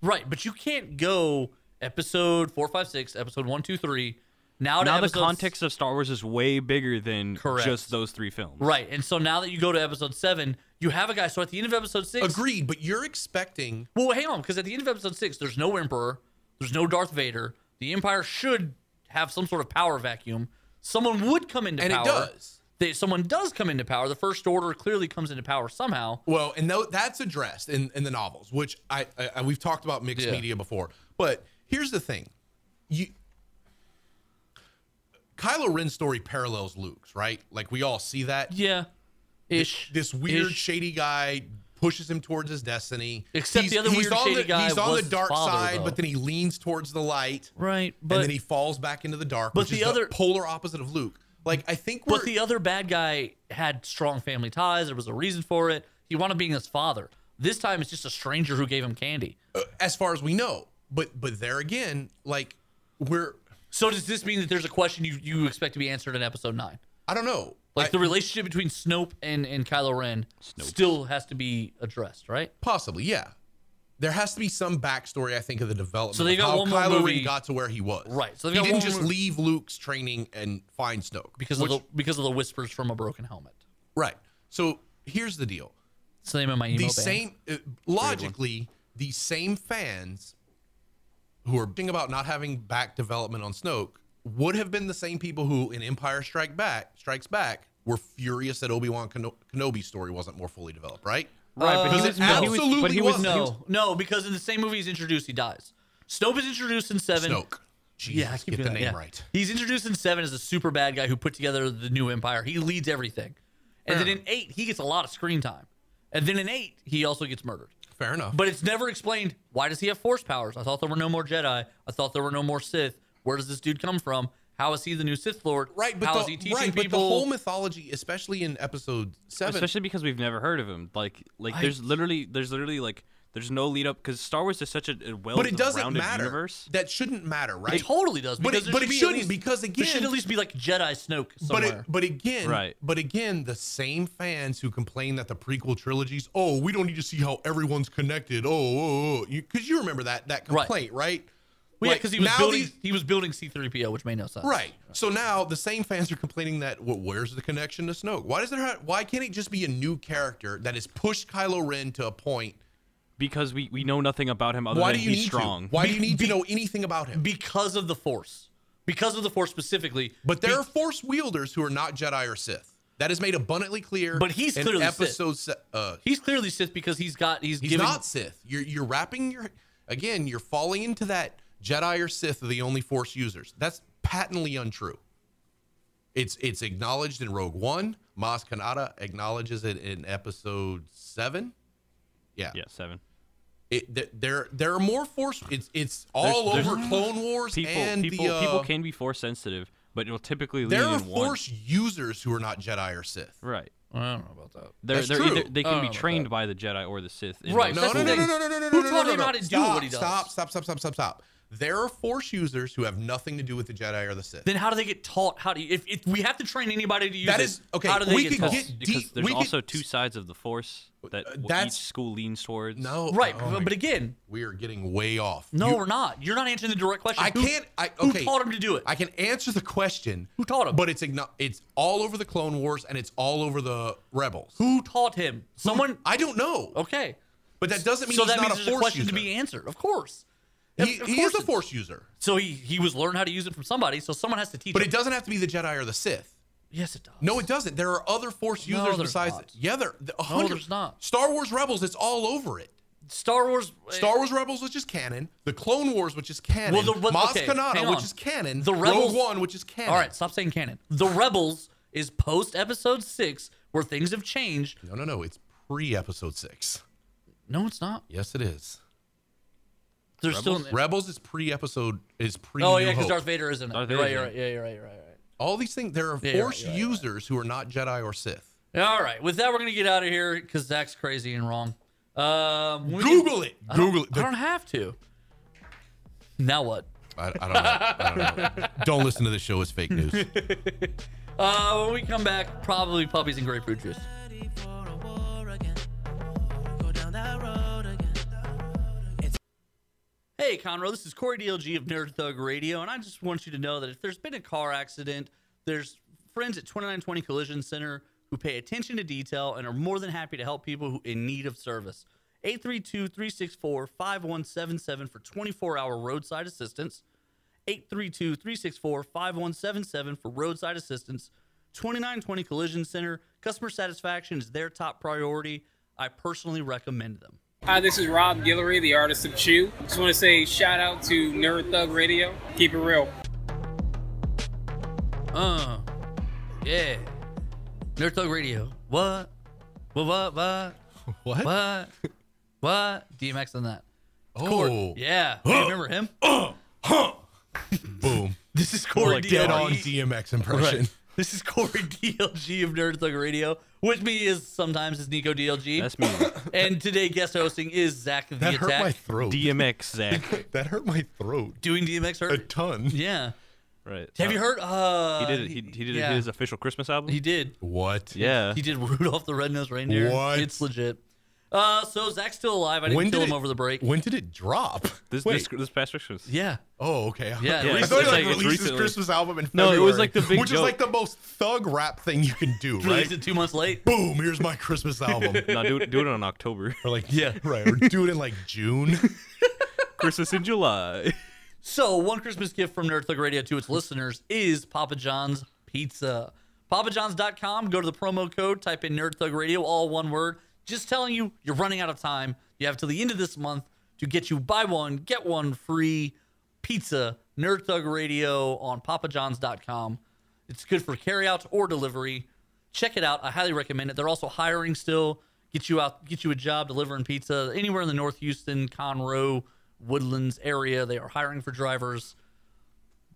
Speaker 1: right. But you can't go episode four, five, six, episode one, two, three. Now, to
Speaker 3: now the
Speaker 1: episode
Speaker 3: context of Star Wars is way bigger than
Speaker 1: Correct.
Speaker 3: just those three films.
Speaker 1: Right. And so now that you go to episode seven, you have a guy. So at the end of episode six,
Speaker 2: Agreed. But you're expecting
Speaker 1: Well, hang on, because at the end of episode six, there's no Emperor, there's no Darth Vader. The Empire should have some sort of power vacuum. Someone would come into
Speaker 2: And it
Speaker 1: power.
Speaker 2: does.
Speaker 1: They, someone does come into power. The First Order clearly comes into power somehow.
Speaker 2: well, and tho- that's addressed in in the novels, which I, I, I we've talked about mixed
Speaker 1: Yeah.
Speaker 2: media before. But here's the thing, you. Kylo Ren's story parallels Luke's, right? Like we all see that.
Speaker 1: Yeah, ish.
Speaker 2: this weird
Speaker 1: Ish.
Speaker 2: shady guy pushes him towards his destiny.
Speaker 1: Except the other weird
Speaker 2: on
Speaker 1: shady
Speaker 2: the,
Speaker 1: guy
Speaker 2: He's on
Speaker 1: was
Speaker 2: the
Speaker 1: his
Speaker 2: dark
Speaker 1: father,
Speaker 2: side,
Speaker 1: though.
Speaker 2: but then he leans towards the light,
Speaker 1: right, but
Speaker 2: and then he falls back into the dark.
Speaker 1: but
Speaker 2: which is
Speaker 1: the
Speaker 2: the
Speaker 1: other-
Speaker 2: polar opposite of Luke. Like I think we're
Speaker 1: but the other bad guy had strong family ties. There was a reason for it. He wanted being his father. This time, it's just a stranger who gave him candy.
Speaker 2: as far as we know, but but there again, like we're
Speaker 1: So does this mean that there's a question you you expect to be answered in episode nine?
Speaker 2: I don't know.
Speaker 1: Like
Speaker 2: I-
Speaker 1: the relationship between Snope and, and Kylo Ren still has to be addressed, right?
Speaker 2: possibly, yeah. There has to be some backstory, I think, of the development.
Speaker 1: So they
Speaker 2: of
Speaker 1: got
Speaker 2: how
Speaker 1: one more
Speaker 2: Kylo
Speaker 1: movie-
Speaker 2: Ren got to where he was.
Speaker 1: Right, so they've
Speaker 2: he
Speaker 1: got
Speaker 2: didn't
Speaker 1: one
Speaker 2: just
Speaker 1: more-
Speaker 2: leave Luke's training and find Snoke
Speaker 1: Because
Speaker 2: which-
Speaker 1: of the because of the whispers from a broken helmet.
Speaker 2: right. So here's the deal.
Speaker 1: It's the name of my emo
Speaker 2: the
Speaker 1: band.
Speaker 2: same uh, logically the same fans who are bitching about not having back development on Snoke would have been the same people who in Empire Strike Back Strikes Back were furious that Obi Wan Keno- Kenobi's story wasn't more fully developed, right?
Speaker 3: Right, but he
Speaker 2: Because
Speaker 3: was
Speaker 2: it
Speaker 3: no, he was-
Speaker 2: absolutely
Speaker 3: but he was
Speaker 2: wasn't.
Speaker 3: no.
Speaker 1: No, no, because in the same movie he's introduced, he dies. Snoke is introduced in seven.
Speaker 2: Snoke. Jesus,
Speaker 1: Yeah, I keep
Speaker 2: get the
Speaker 1: doing
Speaker 2: name
Speaker 1: that, yeah.
Speaker 2: right.
Speaker 1: He's introduced in seven as a super bad guy who put together the new empire. He leads everything, and then in eight he gets a lot of screen time, and then in eight he also gets murdered.
Speaker 2: Fair enough.
Speaker 1: But it's never explained why does he have force powers? I thought there were no more Jedi. I thought there were no more Sith. Where does this dude come from? How is he the new Sith Lord?
Speaker 2: right, but
Speaker 1: How
Speaker 2: the,
Speaker 1: is he teaching
Speaker 2: right, but the
Speaker 1: people?
Speaker 2: whole mythology, especially in episode seven,
Speaker 3: especially because we've never heard of him. Like, like
Speaker 1: I-
Speaker 3: there's literally, there's literally like, there's no lead up because Star Wars is such a, a well
Speaker 2: but it doesn't
Speaker 3: rounded
Speaker 2: matter.
Speaker 3: universe.
Speaker 2: That shouldn't matter, right?
Speaker 1: it totally does,
Speaker 2: But
Speaker 1: because
Speaker 2: it,
Speaker 1: there
Speaker 2: but it
Speaker 1: should be at
Speaker 2: shouldn't
Speaker 1: least-
Speaker 2: because again,
Speaker 1: there should at least be like Jedi Snoke
Speaker 2: but
Speaker 1: somewhere.
Speaker 2: it, but again,
Speaker 3: Right.
Speaker 2: But again, the same fans who complain that the prequel trilogies, oh, we don't need to see how everyone's connected. Oh, oh, oh," you because you remember that that
Speaker 1: Right.
Speaker 2: complaint, right?
Speaker 1: Well, yeah,
Speaker 2: Like,
Speaker 1: because he was
Speaker 2: now
Speaker 1: building
Speaker 2: these-
Speaker 1: he was building C3PO, which made no sense.
Speaker 2: Right. So now the same fans are complaining that well, where's the connection to Snoke? Why does it? Have, why can't it just be a new character that has pushed Kylo Ren to a point?
Speaker 3: because we, we know nothing about him other
Speaker 2: Why do
Speaker 3: than
Speaker 2: you
Speaker 3: he's
Speaker 2: need to?
Speaker 3: strong.
Speaker 2: Why do you need to know anything about him?
Speaker 1: Because of the Force. Because of the Force specifically.
Speaker 2: but there are Force wielders who are not Jedi or Sith. That is made abundantly clear.
Speaker 1: But he's
Speaker 2: in
Speaker 1: clearly Sith.
Speaker 2: episode. se- uh,
Speaker 1: He's clearly Sith because he's got he's,
Speaker 2: He's
Speaker 1: giving
Speaker 2: not Sith. You're you're wrapping your again. You're falling into that Jedi or Sith are the only Force users. That's patently untrue. It's it's acknowledged in Rogue One. Maz Kanata acknowledges it in Episode Seven. Yeah,
Speaker 3: Yeah, seven.
Speaker 2: It, th- there there are more Force. It's it's all
Speaker 3: There's-
Speaker 2: over
Speaker 3: there's-
Speaker 2: Clone Wars
Speaker 3: People,
Speaker 2: and
Speaker 3: people,
Speaker 2: the uh,
Speaker 3: people can be force sensitive, but it'll typically lean
Speaker 2: there are
Speaker 3: in one.
Speaker 2: Force users who are not Jedi or Sith.
Speaker 3: Right.
Speaker 1: I don't know about that.
Speaker 3: They're,
Speaker 2: That's
Speaker 3: they're
Speaker 2: true.
Speaker 3: either they
Speaker 1: I don't
Speaker 3: can be
Speaker 1: know about
Speaker 3: trained by the Jedi or the Sith. in
Speaker 1: Right,
Speaker 3: those-
Speaker 1: so
Speaker 2: No,
Speaker 1: That's the
Speaker 2: no, no, no,
Speaker 1: thing.
Speaker 2: no, no, no, no,
Speaker 1: Who
Speaker 2: no,
Speaker 1: taught
Speaker 2: no,
Speaker 1: him
Speaker 2: no.
Speaker 1: how to do
Speaker 2: stop,
Speaker 1: what he does?
Speaker 2: Stop, stop, stop, stop, stop, stop. There are Force users who have nothing to do with the Jedi or the Sith.
Speaker 1: Then how do they get taught how to if, if we have to train anybody to use
Speaker 2: That
Speaker 1: it,
Speaker 2: is- okay,
Speaker 1: How do they
Speaker 2: we
Speaker 1: get
Speaker 2: could
Speaker 1: taught?
Speaker 2: get-
Speaker 3: because
Speaker 2: Deep-
Speaker 3: there's
Speaker 2: we could-
Speaker 3: also two sides of the force that
Speaker 2: Uh,
Speaker 3: w- each
Speaker 2: that's-
Speaker 3: school leans towards.
Speaker 2: no,
Speaker 1: Right,
Speaker 2: oh my
Speaker 1: but, but again,
Speaker 2: we are getting way off.
Speaker 1: no,
Speaker 2: You-
Speaker 1: we're not. You're not answering the direct question.
Speaker 2: I
Speaker 1: Who-
Speaker 2: can't. I,
Speaker 1: who
Speaker 2: okay,
Speaker 1: taught him to do it?
Speaker 2: I can answer the question.
Speaker 1: Who taught him?
Speaker 2: But it's igno- it's all over the Clone Wars and it's all over the Rebels.
Speaker 1: Who taught him? Someone.
Speaker 2: I don't know,
Speaker 1: Okay.
Speaker 2: but that doesn't mean
Speaker 1: So
Speaker 2: he's
Speaker 1: that
Speaker 2: not
Speaker 1: means
Speaker 2: a
Speaker 1: there's a
Speaker 2: Force
Speaker 1: question
Speaker 2: user.
Speaker 1: to be answered. Of course. Of-
Speaker 2: he,
Speaker 1: of
Speaker 2: he is
Speaker 1: course
Speaker 2: a
Speaker 1: it-
Speaker 2: Force user,
Speaker 1: So he he was learned how to use it from somebody. So someone has to teach
Speaker 2: but
Speaker 1: him.
Speaker 2: it doesn't have to be the Jedi or the Sith.
Speaker 1: yes, it does.
Speaker 2: No, it doesn't. There are other Force
Speaker 1: No,
Speaker 2: users
Speaker 1: there's
Speaker 2: besides.
Speaker 1: not.
Speaker 2: Yeah, there. a hundred-
Speaker 1: there's not.
Speaker 2: Star Wars Rebels. It's all over it.
Speaker 1: Star Wars. eh,
Speaker 2: Star Wars Rebels, which is canon, the Clone Wars, which is canon,
Speaker 1: Well, the- but-
Speaker 2: Maz
Speaker 1: okay, hang
Speaker 2: Kanata,
Speaker 1: on.
Speaker 2: which is canon,
Speaker 1: The Rebels-
Speaker 2: Rogue One, which is canon.
Speaker 1: All right, stop saying canon. The Rebels is post episode six where things have changed.
Speaker 2: No, no, no. It's pre episode six.
Speaker 1: No, it's not.
Speaker 2: Yes, it is.
Speaker 1: They're still in there.
Speaker 2: Rebels is pre episode is pre.
Speaker 1: Oh
Speaker 2: New
Speaker 1: yeah, because
Speaker 2: Hope.
Speaker 1: Darth Vader isn't.
Speaker 3: Darth
Speaker 1: You're right. You're
Speaker 3: Vader's
Speaker 1: right. Yeah, you're right. You're right. You're
Speaker 2: All these things. There are
Speaker 1: Yeah, you're right,
Speaker 2: Force
Speaker 1: you're right, you're
Speaker 2: users who are not Jedi or Sith.
Speaker 1: right. All right. With that, we're gonna get out of here because Zach's crazy and wrong. Um, we- *laughs*
Speaker 2: Google it. Google it.
Speaker 1: I don't have to. Now what?
Speaker 2: I, I don't know. I
Speaker 1: *laughs*
Speaker 2: don't know. don't listen to this show. It's fake news.
Speaker 1: Uh, when we come back, probably puppies and grapefruit juice.
Speaker 6: ready for a war again. Go down that road again. It's
Speaker 1: Hey, Conroe, this is Corey DLG of Nerd Thug Radio, and I just want you to know that if there's been a car accident, there's friends at 2920 Collision Center who pay attention to detail and are more than happy to help people who in need of service. 832 364 5177 for 24 hour roadside assistance. 832 364 5177 for roadside assistance. 2920 Collision Center, customer satisfaction is their top priority. I personally recommend them.
Speaker 8: Hi, this is Rob Guillory, the artist of Chew. Just want to say shout out to Nerd Thug Radio. Keep it real.
Speaker 1: Uh, yeah. Nerd Thug Radio. What? What? What? What?
Speaker 2: what?
Speaker 1: *laughs* What? what? DMX on that.
Speaker 2: Oh, *gasps*
Speaker 1: Yeah. Do you remember him? *laughs*
Speaker 2: boom.
Speaker 1: This is Corey DLG.
Speaker 2: Dead on DMX impression.
Speaker 1: E. Right. This is Corey *laughs* DLG of Nerd Thug Radio. With me is sometimes is Nico DLG.
Speaker 2: *laughs*
Speaker 3: That's me.
Speaker 1: and today guest hosting is Zach the
Speaker 2: That
Speaker 1: Attack.
Speaker 2: hurt my throat.
Speaker 3: DMX
Speaker 2: *laughs*
Speaker 3: Zach.
Speaker 2: that hurt my throat
Speaker 1: Doing DMX
Speaker 2: a
Speaker 1: hurt?
Speaker 2: ton.
Speaker 1: yeah.
Speaker 3: Right.
Speaker 1: Have you heard? Uh,
Speaker 3: He did it. He, he did it.
Speaker 1: yeah.
Speaker 3: His official Christmas album.
Speaker 1: He did.
Speaker 2: What?
Speaker 3: yeah.
Speaker 1: He did Rudolph the Red-Nosed Reindeer.
Speaker 2: What?
Speaker 1: It's legit. Uh, so Zach's still alive. I didn't
Speaker 2: When
Speaker 1: kill
Speaker 2: did
Speaker 1: him
Speaker 2: it-
Speaker 1: over the break.
Speaker 2: When did it drop?
Speaker 3: this,
Speaker 2: Wait.
Speaker 3: this this past Christmas. *laughs*
Speaker 1: Yeah.
Speaker 2: Oh, okay. *laughs*
Speaker 1: Yeah, yeah,
Speaker 2: I thought
Speaker 1: it's
Speaker 2: he like,
Speaker 3: like- it's
Speaker 2: released his
Speaker 3: recently.
Speaker 2: Christmas album in
Speaker 3: No,
Speaker 2: February.
Speaker 3: it was like the big
Speaker 2: Which is
Speaker 3: joke.
Speaker 2: like the most thug rap thing you can
Speaker 3: *laughs*
Speaker 2: do, right?
Speaker 1: Released it two months late.
Speaker 2: Boom, here's my Christmas album.
Speaker 3: No, do it, do it on *laughs* October.
Speaker 2: or like, yeah, right. Or do it in like
Speaker 3: *laughs*
Speaker 2: June.
Speaker 3: Christmas in July.
Speaker 1: So, one Christmas gift from Nerd Thug Radio to its listeners is Papa John's Pizza. PapaJohns.com. Go to the promo code, type in Nerd Thug Radio, all one word. Just telling you, you're running out of time. You have till the end of this month to get you buy one, get one free pizza, Nerd Thug Radio on PapaJohns.com. It's good for carryout or delivery. Check it out. I highly recommend it. They're also hiring still. Get you out, get you a job delivering pizza anywhere in the North Houston, Conroe, Woodlands area. They are hiring for drivers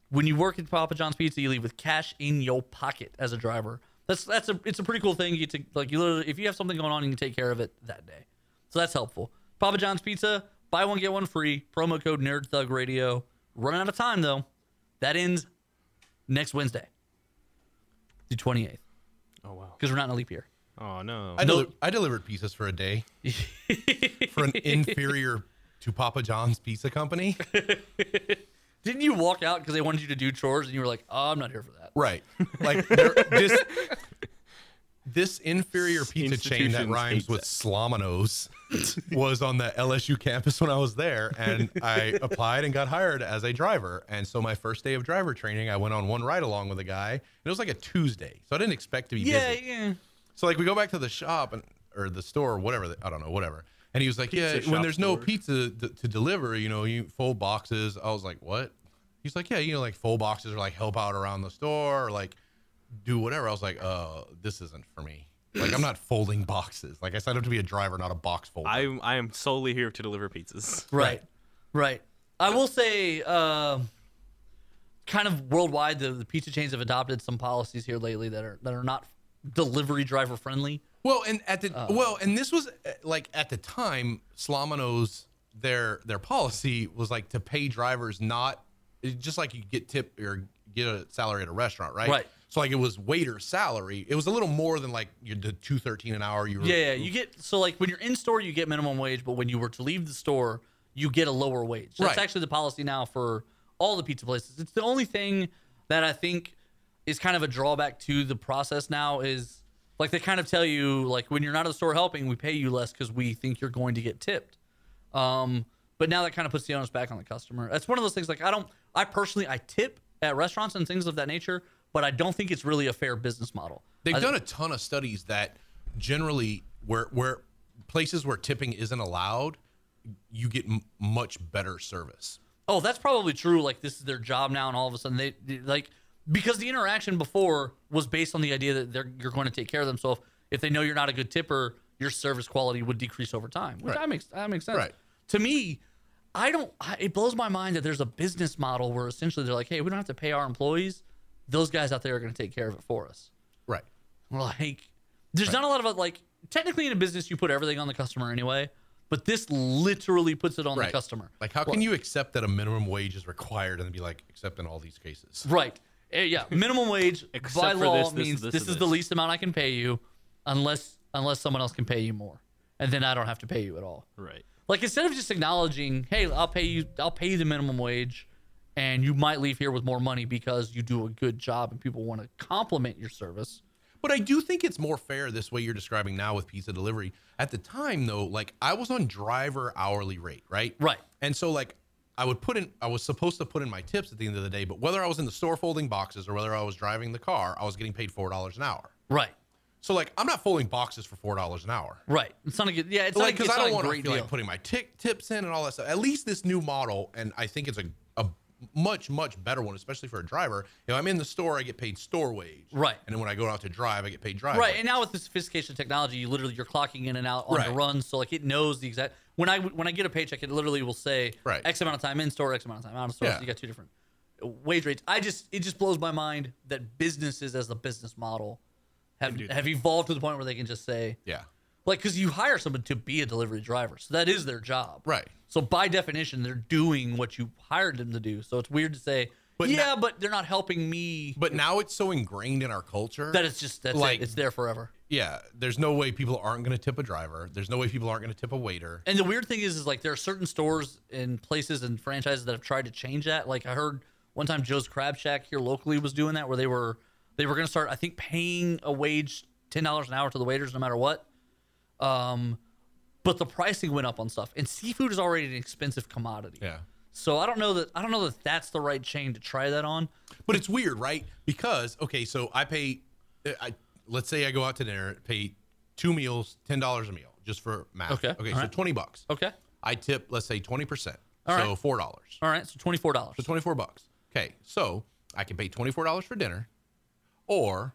Speaker 1: when you work at Papa John's Pizza, you leave with cash in your pocket as a driver. That's that's a it's a pretty cool thing. You take like you literally if you have something going on, you can take care of it that day. So that's helpful. Papa John's Pizza, buy one get one free. Promo code Nerd Thug Radio. Running out of time though. That ends next Wednesday, the twenty eighth.
Speaker 3: Oh wow.
Speaker 1: Because we're not in a leap year.
Speaker 3: *laughs* Oh no.
Speaker 2: I, deli- I delivered pizzas for a
Speaker 3: *laughs*
Speaker 2: day for an inferior to Papa John's pizza company.
Speaker 1: Didn't you walk out because they wanted you to do chores and you were like, oh, I'm not here for that.
Speaker 2: Right. Like there- this this inferior pizza chain that
Speaker 3: Institutions
Speaker 2: rhymes
Speaker 3: hate
Speaker 2: with
Speaker 3: that.
Speaker 2: Slominos *laughs* was on the LSU campus when I was there and I applied and got hired as a driver. And so my first day of driver training, I went on one ride along with a guy. And it was like a Tuesday. So I didn't expect to be
Speaker 1: Yeah,
Speaker 2: busy.
Speaker 1: yeah.
Speaker 2: So like we go back to the shop and or the store or whatever I don't know whatever. And he was like, "Yeah, when
Speaker 3: shop
Speaker 2: there's no pizza d- to deliver, you know, you full boxes." I was like, "What?" He's like, "Yeah, you know, like full boxes or like help out around the store or like do whatever." I was like, "Uh, this isn't for me. Like I'm not folding boxes. Like I signed up to be a driver, not a box folder."
Speaker 3: I I am solely here to deliver pizzas.
Speaker 1: Right. Right. I will say, uh, kind of worldwide, the, the pizza chains have adopted some policies here lately that are that are not delivery driver friendly.
Speaker 2: Well, and at the well, and this was uh, like at the time, Slomino's their their policy was like to pay drivers not it's just like you get tip or get a salary at a restaurant, right?
Speaker 1: Right.
Speaker 2: So like it was waiter salary. It was a little more than like you the two thirteen an hour. You were,
Speaker 1: Yeah, yeah. You get so like when you're in store, you get minimum wage, but when you were to leave the store, you get a lower wage. That's
Speaker 2: Right.
Speaker 1: actually the policy now for all the pizza places. It's the only thing that I think is kind of a drawback to the process now is like they kind of tell you like when you're not at the store helping, we pay you less because we think you're going to get tipped. Um, but now that kind of puts the onus back on the customer. That's one of those things. Like I don't, I personally, I tip at restaurants and things of that nature, but I don't think it's really a fair business model.
Speaker 2: They've
Speaker 1: I-
Speaker 2: done a ton of studies that generally where where places where tipping isn't allowed, you get m- much better service.
Speaker 1: oh, that's probably true. Like this is their job now, and all of a sudden they, they- like because the interaction before was based on the idea that they're you're going to take care of them. So if, if they know you're not a good tipper, your service quality would decrease over time. Which that makes that makes sense.
Speaker 2: Right.
Speaker 1: To me, I don't. I, it blows my mind that there's a business model where essentially they're like, hey, we don't have to pay our employees. Those guys out there are going to take care of it for us. *laughs*
Speaker 2: Right.
Speaker 1: Like, there's not a lot of uh, like. Technically, in a business, you put everything on the customer anyway, but this literally puts it on
Speaker 2: Right.
Speaker 1: the customer.
Speaker 2: Like how can you accept that a minimum wage is required and be like accept in all these cases?
Speaker 1: Right. Eh, yeah. Minimum wage
Speaker 3: Except
Speaker 1: by
Speaker 3: for
Speaker 1: law
Speaker 3: this, this,
Speaker 1: means this,
Speaker 3: this,
Speaker 1: is
Speaker 3: and
Speaker 1: the
Speaker 3: this.
Speaker 1: least amount I can pay you, unless unless someone else can pay you more, and then I don't have to pay you at all.
Speaker 3: Right.
Speaker 1: Like instead of just acknowledging, hey, I'll pay you, I'll pay you the minimum wage, and you might leave here with more money because you do a good job and people want to compliment your service.
Speaker 2: But I do think it's more fair this way you're describing now with pizza delivery. At the time though, like I was on driver hourly rate, right?
Speaker 1: Right.
Speaker 2: And so like I would put in I was supposed to put in my tips at the end of the day, but whether I was in the store folding boxes or whether I was driving the car, I was getting paid four dollars an hour.
Speaker 1: Right.
Speaker 2: So like I'm not folding boxes for four dollars an hour.
Speaker 1: Right. It's not a good. Yeah. It's
Speaker 2: Like
Speaker 1: not.
Speaker 2: because
Speaker 1: Because
Speaker 2: I don't want
Speaker 1: a
Speaker 2: to
Speaker 1: great
Speaker 2: feel
Speaker 1: deal.
Speaker 2: like putting my tick tips in and all that stuff. At least this new model, and I think it's a, a much much better one, especially for a driver. If I'm in the store, I get paid store wage.
Speaker 1: Right.
Speaker 2: And then when I go out to drive, I get paid drive.
Speaker 1: Right,
Speaker 2: wage.
Speaker 1: and now with the sophistication of technology, you literally you're clocking in and out on the
Speaker 2: Right.
Speaker 1: run, so like it knows the exact when I when I get a paycheck, it literally will say
Speaker 2: Right.
Speaker 1: X amount of time in store, X amount of time out of store.
Speaker 2: Yeah.
Speaker 1: So you got two different wage rates. I just it just blows my mind that businesses as the business model have have evolved to the point where they can just say
Speaker 2: yeah.
Speaker 1: like because you hire someone to be a delivery driver, so that is their job.
Speaker 2: Right.
Speaker 1: So by definition, they're doing what you hired them to do. So it's weird to say,
Speaker 2: But
Speaker 1: yeah,
Speaker 2: now-
Speaker 1: but they're not helping me.
Speaker 2: But now it's so ingrained in our culture
Speaker 1: that it's just that's
Speaker 2: like-
Speaker 1: it. it's there forever.
Speaker 2: yeah, there's no way people aren't going to tip a driver. There's no way people aren't going to tip a waiter.
Speaker 1: And the weird thing is, is like there are certain stores and places and franchises that have tried to change that. Like I heard one time Joe's Crab Shack here locally was doing that, where they were they were going to start, I think, paying a wage ten dollars an hour to the waiters no matter what. Um, but the pricing went up on stuff, and seafood is already an expensive commodity.
Speaker 2: Yeah.
Speaker 1: So I don't know that I don't know that that's the right chain to try that on.
Speaker 2: But it's weird, right? Because okay, so I pay uh, I let's say I go out to dinner, pay two meals, ten dollars a meal, just for math.
Speaker 1: Okay.
Speaker 2: Okay.
Speaker 1: All
Speaker 2: so
Speaker 1: right.
Speaker 2: twenty bucks.
Speaker 1: Okay.
Speaker 2: I tip, let's say twenty percent.
Speaker 1: All
Speaker 2: so
Speaker 1: right.
Speaker 2: four dollars.
Speaker 1: All right. So twenty four dollars.
Speaker 2: So twenty four bucks. Okay. So I can pay twenty four dollars for dinner, or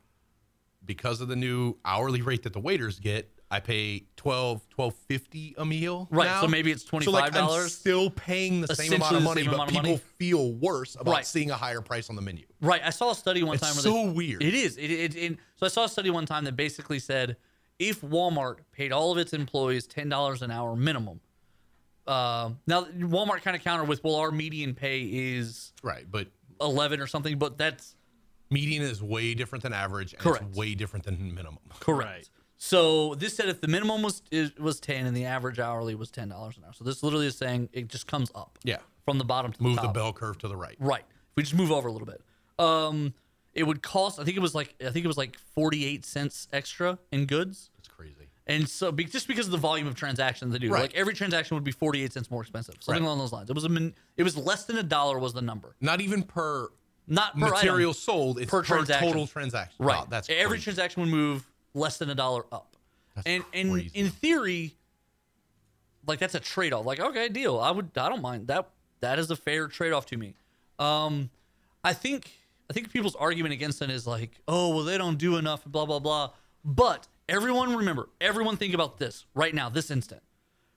Speaker 2: because of the new hourly rate that the waiters get, I pay 12 twelve fifty a meal.
Speaker 1: Right,
Speaker 2: now.
Speaker 1: so maybe it's
Speaker 2: So, like, I'm
Speaker 1: $25?
Speaker 2: still paying the same amount
Speaker 1: Essentially
Speaker 2: of
Speaker 1: the
Speaker 2: money,
Speaker 1: same
Speaker 2: but
Speaker 1: amount of
Speaker 2: people
Speaker 1: money?
Speaker 2: feel worse about
Speaker 1: Right.
Speaker 2: seeing a higher price on the menu.
Speaker 1: Right. I saw a study one
Speaker 2: It's
Speaker 1: time. Where
Speaker 2: so
Speaker 1: they-
Speaker 2: weird.
Speaker 1: It is. It, it, it- so I saw a study one time that basically said if Walmart paid all of its employees ten dollars an hour minimum. Um now Walmart kind of countered with, well, our median pay is
Speaker 2: Right. But
Speaker 1: eleven or something, but that's
Speaker 2: median is way different than average and
Speaker 1: Correct.
Speaker 2: it's way different than minimum
Speaker 1: correct. So this said if the minimum was is, was ten and the average hourly was ten dollars an hour. So this literally is saying it just comes up.
Speaker 2: yeah
Speaker 1: From the bottom to
Speaker 2: move
Speaker 1: the
Speaker 2: the
Speaker 1: top.
Speaker 2: bell curve to the right
Speaker 1: Right. If we just move over a little bit. Um, it would cost. I think it was like I think it was like forty eight cents extra in goods,
Speaker 2: it's crazy
Speaker 1: and so be, just because of the volume of transactions they do,
Speaker 2: Right.
Speaker 1: like every transaction would be forty eight cents more expensive, something
Speaker 2: Right.
Speaker 1: along those lines. It was a min, it was less than a dollar was the number,
Speaker 2: not even per,
Speaker 1: not per
Speaker 2: material
Speaker 1: item.
Speaker 2: sold it's per,
Speaker 1: Per transaction.
Speaker 2: total transaction
Speaker 1: Right.
Speaker 2: Wow, that's
Speaker 1: every
Speaker 2: crazy.
Speaker 1: transaction would move less than a dollar up. and
Speaker 2: crazy.
Speaker 1: and in theory, like that's a trade off. Like okay, deal. I would I don't mind that. That is a fair trade off to me. Um, I think I think people's argument against it is like, oh well, they don't do enough. Blah blah blah. But everyone remember, everyone think about this right now, this instant.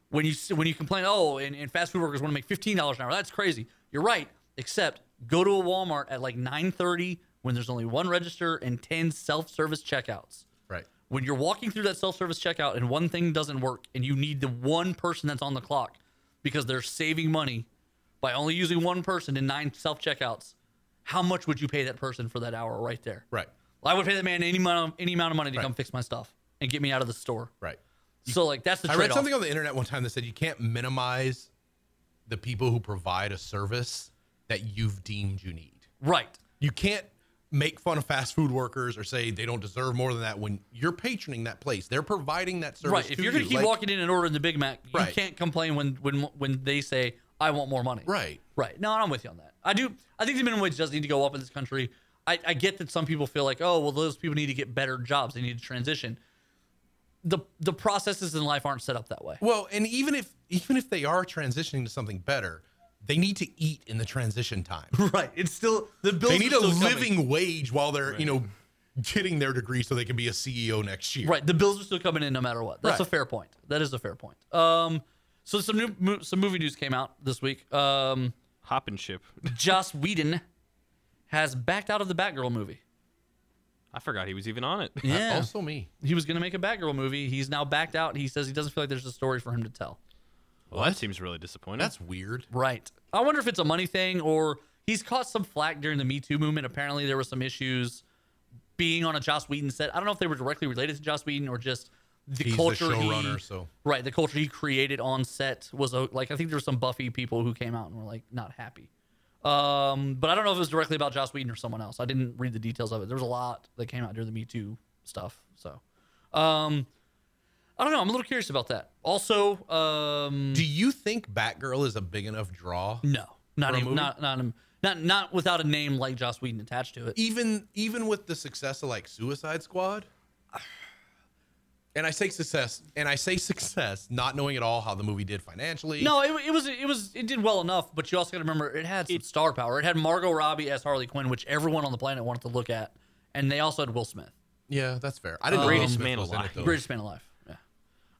Speaker 1: When you s- when you complain, oh, and, and fast food workers want to make fifteen dollars an hour. That's crazy. You're right. Except go to a Walmart at like nine thirty when there's only one register and ten self service checkouts
Speaker 2: right
Speaker 1: when you're walking through that self-service checkout and one thing doesn't work and you need the one person that's on the clock because they're saving money by only using one person in nine self-checkouts how much would you pay that person for that hour right there
Speaker 2: right
Speaker 1: well, i would pay that man any amount of, any amount of money to
Speaker 2: Right.
Speaker 1: come fix my stuff and get me out of the store
Speaker 2: right
Speaker 1: so like that's the
Speaker 2: i
Speaker 1: trade
Speaker 2: read something on the internet one time that said you can't minimize the people who provide a service that you've deemed you need
Speaker 1: right
Speaker 2: you can't make fun of fast food workers or say they don't deserve more than that when you're patroning that place they're providing that service
Speaker 1: right if
Speaker 2: to
Speaker 1: you're gonna
Speaker 2: you.
Speaker 1: keep
Speaker 2: Like-
Speaker 1: walking in and ordering the big mac you
Speaker 2: Right.
Speaker 1: can't complain when when when they say i want more money
Speaker 2: right
Speaker 1: Right. No, I'm with you on that. I do. I think the minimum wage does need to go up in this country. I, I get that some people feel like, oh, well, those people need to get better jobs. They need to transition. The the processes in life aren't set up that way.
Speaker 2: Well, and even if even if they are transitioning to something better, they need to eat in the transition time.
Speaker 1: *laughs* Right. It's still the bills.
Speaker 2: they
Speaker 1: are
Speaker 2: need a
Speaker 1: still coming.
Speaker 2: living wage while they're, you know, getting their degree so they can be a CEO next year.
Speaker 1: Right. The bills are still coming in no matter what. That's
Speaker 2: Right.
Speaker 1: a fair point. That is a fair point. Um. So some new mo- some movie news came out this week. Um.
Speaker 3: Hopping ship.
Speaker 1: Joss Whedon has backed out of the Batgirl movie.
Speaker 3: I forgot he was even *laughs* on it.
Speaker 1: Yeah.
Speaker 2: Also me.
Speaker 1: he was gonna make a Batgirl movie. He's now backed out. He says he doesn't feel like there's a story for him to tell.
Speaker 3: Well, that seems really disappointing.
Speaker 2: That's weird.
Speaker 1: Right. I wonder if it's a money thing or he's caught some flack during the Me Too movement. Apparently, there were some issues being on a Joss Whedon set. I don't know if they were directly related to Joss Whedon or just the
Speaker 2: He's the
Speaker 1: culture
Speaker 2: showrunner,
Speaker 1: he,
Speaker 2: so-
Speaker 1: right, the culture he created on set was a, like I think there were some Buffy people who came out and were like not happy. Um, but I don't know if it was directly about Joss Whedon or someone else. I didn't read the details of it. There was a lot that came out during the Me Too stuff. So, um, I don't know. I'm a little curious about that. Also, um,
Speaker 2: Do you think Batgirl is a big enough draw?
Speaker 1: no, not
Speaker 2: a
Speaker 1: even,
Speaker 2: movie?
Speaker 1: not not him- not not without a name like Joss Whedon attached to
Speaker 2: E-
Speaker 1: it.
Speaker 2: Even even with the success of like Suicide Squad? And I say success, and I say *laughs* success, not knowing at all how the movie did financially.
Speaker 1: No, it, it was it was it did well enough, but you also got to remember it had some star power. It had Margot Robbie as Harley Quinn, which everyone on the planet wanted to look at, and they also had Will Smith,
Speaker 2: Yeah, that's fair. I didn't know
Speaker 3: Greatest
Speaker 2: Will Smith
Speaker 3: man
Speaker 2: was in it,
Speaker 3: alive.
Speaker 2: though.
Speaker 1: greatest man alive. Yeah.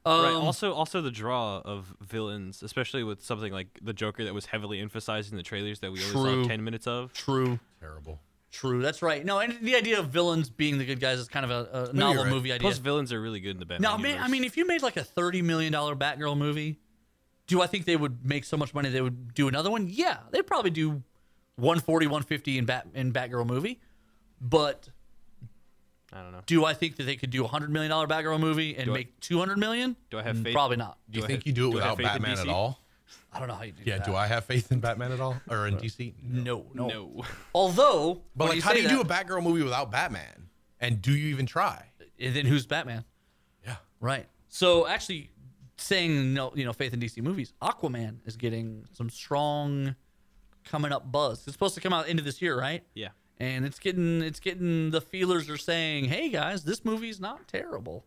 Speaker 3: right.
Speaker 1: Um,
Speaker 3: Also, also the draw of villains, especially with something like the Joker that was heavily emphasized in the trailers that we only
Speaker 1: True.
Speaker 3: saw ten minutes of.
Speaker 1: True,
Speaker 2: Terrible.
Speaker 1: true. That's right. No, and the idea of villains being the good guys is kind of a, a novel
Speaker 2: Oh, right.
Speaker 1: movie idea.
Speaker 3: Plus, villains are really good in the Batman.
Speaker 1: No, I mean, I
Speaker 3: universe.
Speaker 1: mean, if you made like a thirty million dollar Batgirl movie, do I think they would make so much money they would do another one? Yeah, they'd probably do 140, 150 in Bat in Batgirl movie. But
Speaker 3: I don't know.
Speaker 1: do I think that they could do a hundred million dollar Batgirl movie and
Speaker 3: I-
Speaker 1: make two hundred million? Mm,
Speaker 3: do I have faith?
Speaker 1: Probably not.
Speaker 2: Do you
Speaker 3: I
Speaker 2: think
Speaker 3: have-
Speaker 2: you do it
Speaker 3: do I have
Speaker 2: without
Speaker 3: faith in
Speaker 2: Batman at
Speaker 3: DC?
Speaker 2: all?
Speaker 1: I don't know how you do
Speaker 2: Yeah,
Speaker 1: that.
Speaker 2: do I have faith in Batman at all or in DC?
Speaker 1: No, no. *laughs*
Speaker 3: No.
Speaker 1: Although,
Speaker 2: But
Speaker 1: when
Speaker 2: like, how do
Speaker 1: say
Speaker 2: you do a
Speaker 1: that,
Speaker 2: Batgirl movie without Batman? And do you even try?
Speaker 1: and then who's Batman?
Speaker 2: Yeah.
Speaker 1: Right. So actually, saying no, you know, faith in DC movies. Aquaman is getting some strong coming up buzz. It's supposed to come out end of this year, right?
Speaker 3: Yeah.
Speaker 1: and it's getting it's getting the feelers are saying, "Hey guys, this movie's not
Speaker 2: *laughs*
Speaker 1: terrible."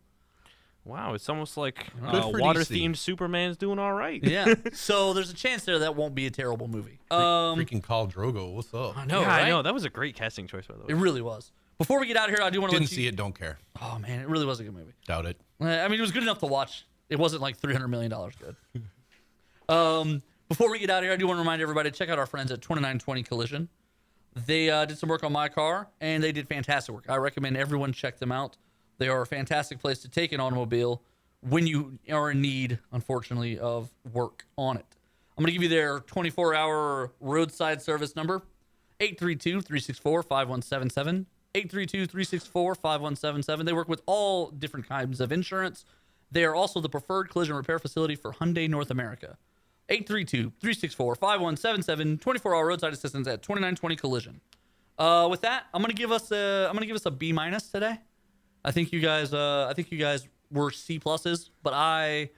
Speaker 3: Wow, it's almost like
Speaker 2: Good
Speaker 3: uh,
Speaker 2: for
Speaker 3: water
Speaker 2: DC.
Speaker 3: themed Superman's doing all right.
Speaker 1: Yeah. so there's a chance there that won't be a terrible movie. Um,
Speaker 2: Freaking call Drogo. What's up?
Speaker 1: I know,
Speaker 3: Yeah,
Speaker 1: right?
Speaker 3: *laughs* I know. That was a great casting choice, by the
Speaker 1: It
Speaker 3: way.
Speaker 1: really was. Before we get out of here, I do want to
Speaker 2: Didn't
Speaker 1: let you,
Speaker 2: see it. Don't care.
Speaker 1: Oh man, it really was a good movie.
Speaker 2: Doubt it.
Speaker 1: Uh, I mean, it was good enough to watch. It wasn't like three hundred million dollars good. *laughs* um, before we get out of here, I do want to remind everybody to check out our friends at Twenty Nine Twenty Collision. They uh, did some work on my car, and they did fantastic work. I recommend everyone check them out. They are a fantastic place to take an automobile when you are in need, unfortunately, of work on it. I'm going to give you their 24 hour roadside service number 832 364 5177. 832 364 5177. They work with all different kinds of insurance. They are also the preferred collision repair facility for Hyundai North America. 832-364-5177 24-hour roadside assistance at 2920 collision uh, with that i'm gonna give us a i'm gonna give us a b minus today i think you guys uh, i think you guys were c pluses but i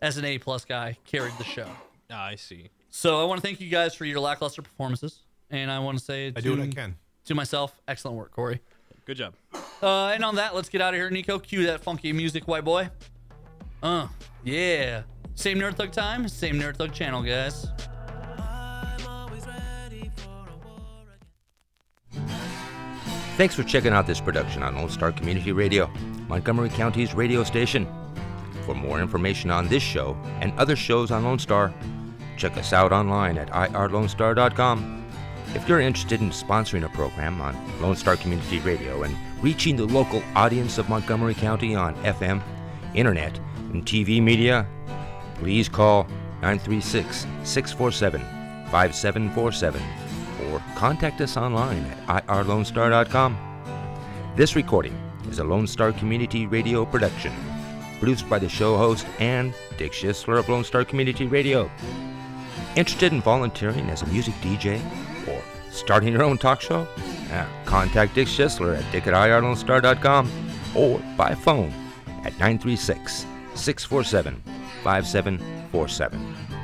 Speaker 1: as an a plus guy carried the show
Speaker 3: Ah, I see.
Speaker 1: so i want to thank you guys for your lackluster performances and i want to say
Speaker 2: I
Speaker 1: to,
Speaker 2: do Mm. what I can.
Speaker 1: to myself excellent work corey
Speaker 3: Good job.
Speaker 1: uh, and on that let's get out of here nico cue that funky music white boy uh yeah same nerd thug time same nerd thug channel guys
Speaker 6: I'm always ready for a war again.
Speaker 9: Thanks for checking out this production on Lone Star Community Radio, Montgomery County's radio station. For more information on this show and other shows on Lone Star, check us out online at irlonestar.com. If you're interested in sponsoring a program on Lone Star Community Radio and reaching the local audience of Montgomery County on FM, internet, and TV media, please call 936 647 5747 or contact us online at irlonestar.com. This recording is a Lone Star Community Radio production, produced by the show host and Dick Schisler of Lone Star Community Radio. Interested in volunteering as a music DJ or starting your own talk show? Yeah, contact Dick Schisler at dick at irlonestar.com or by phone at 936 647 5747.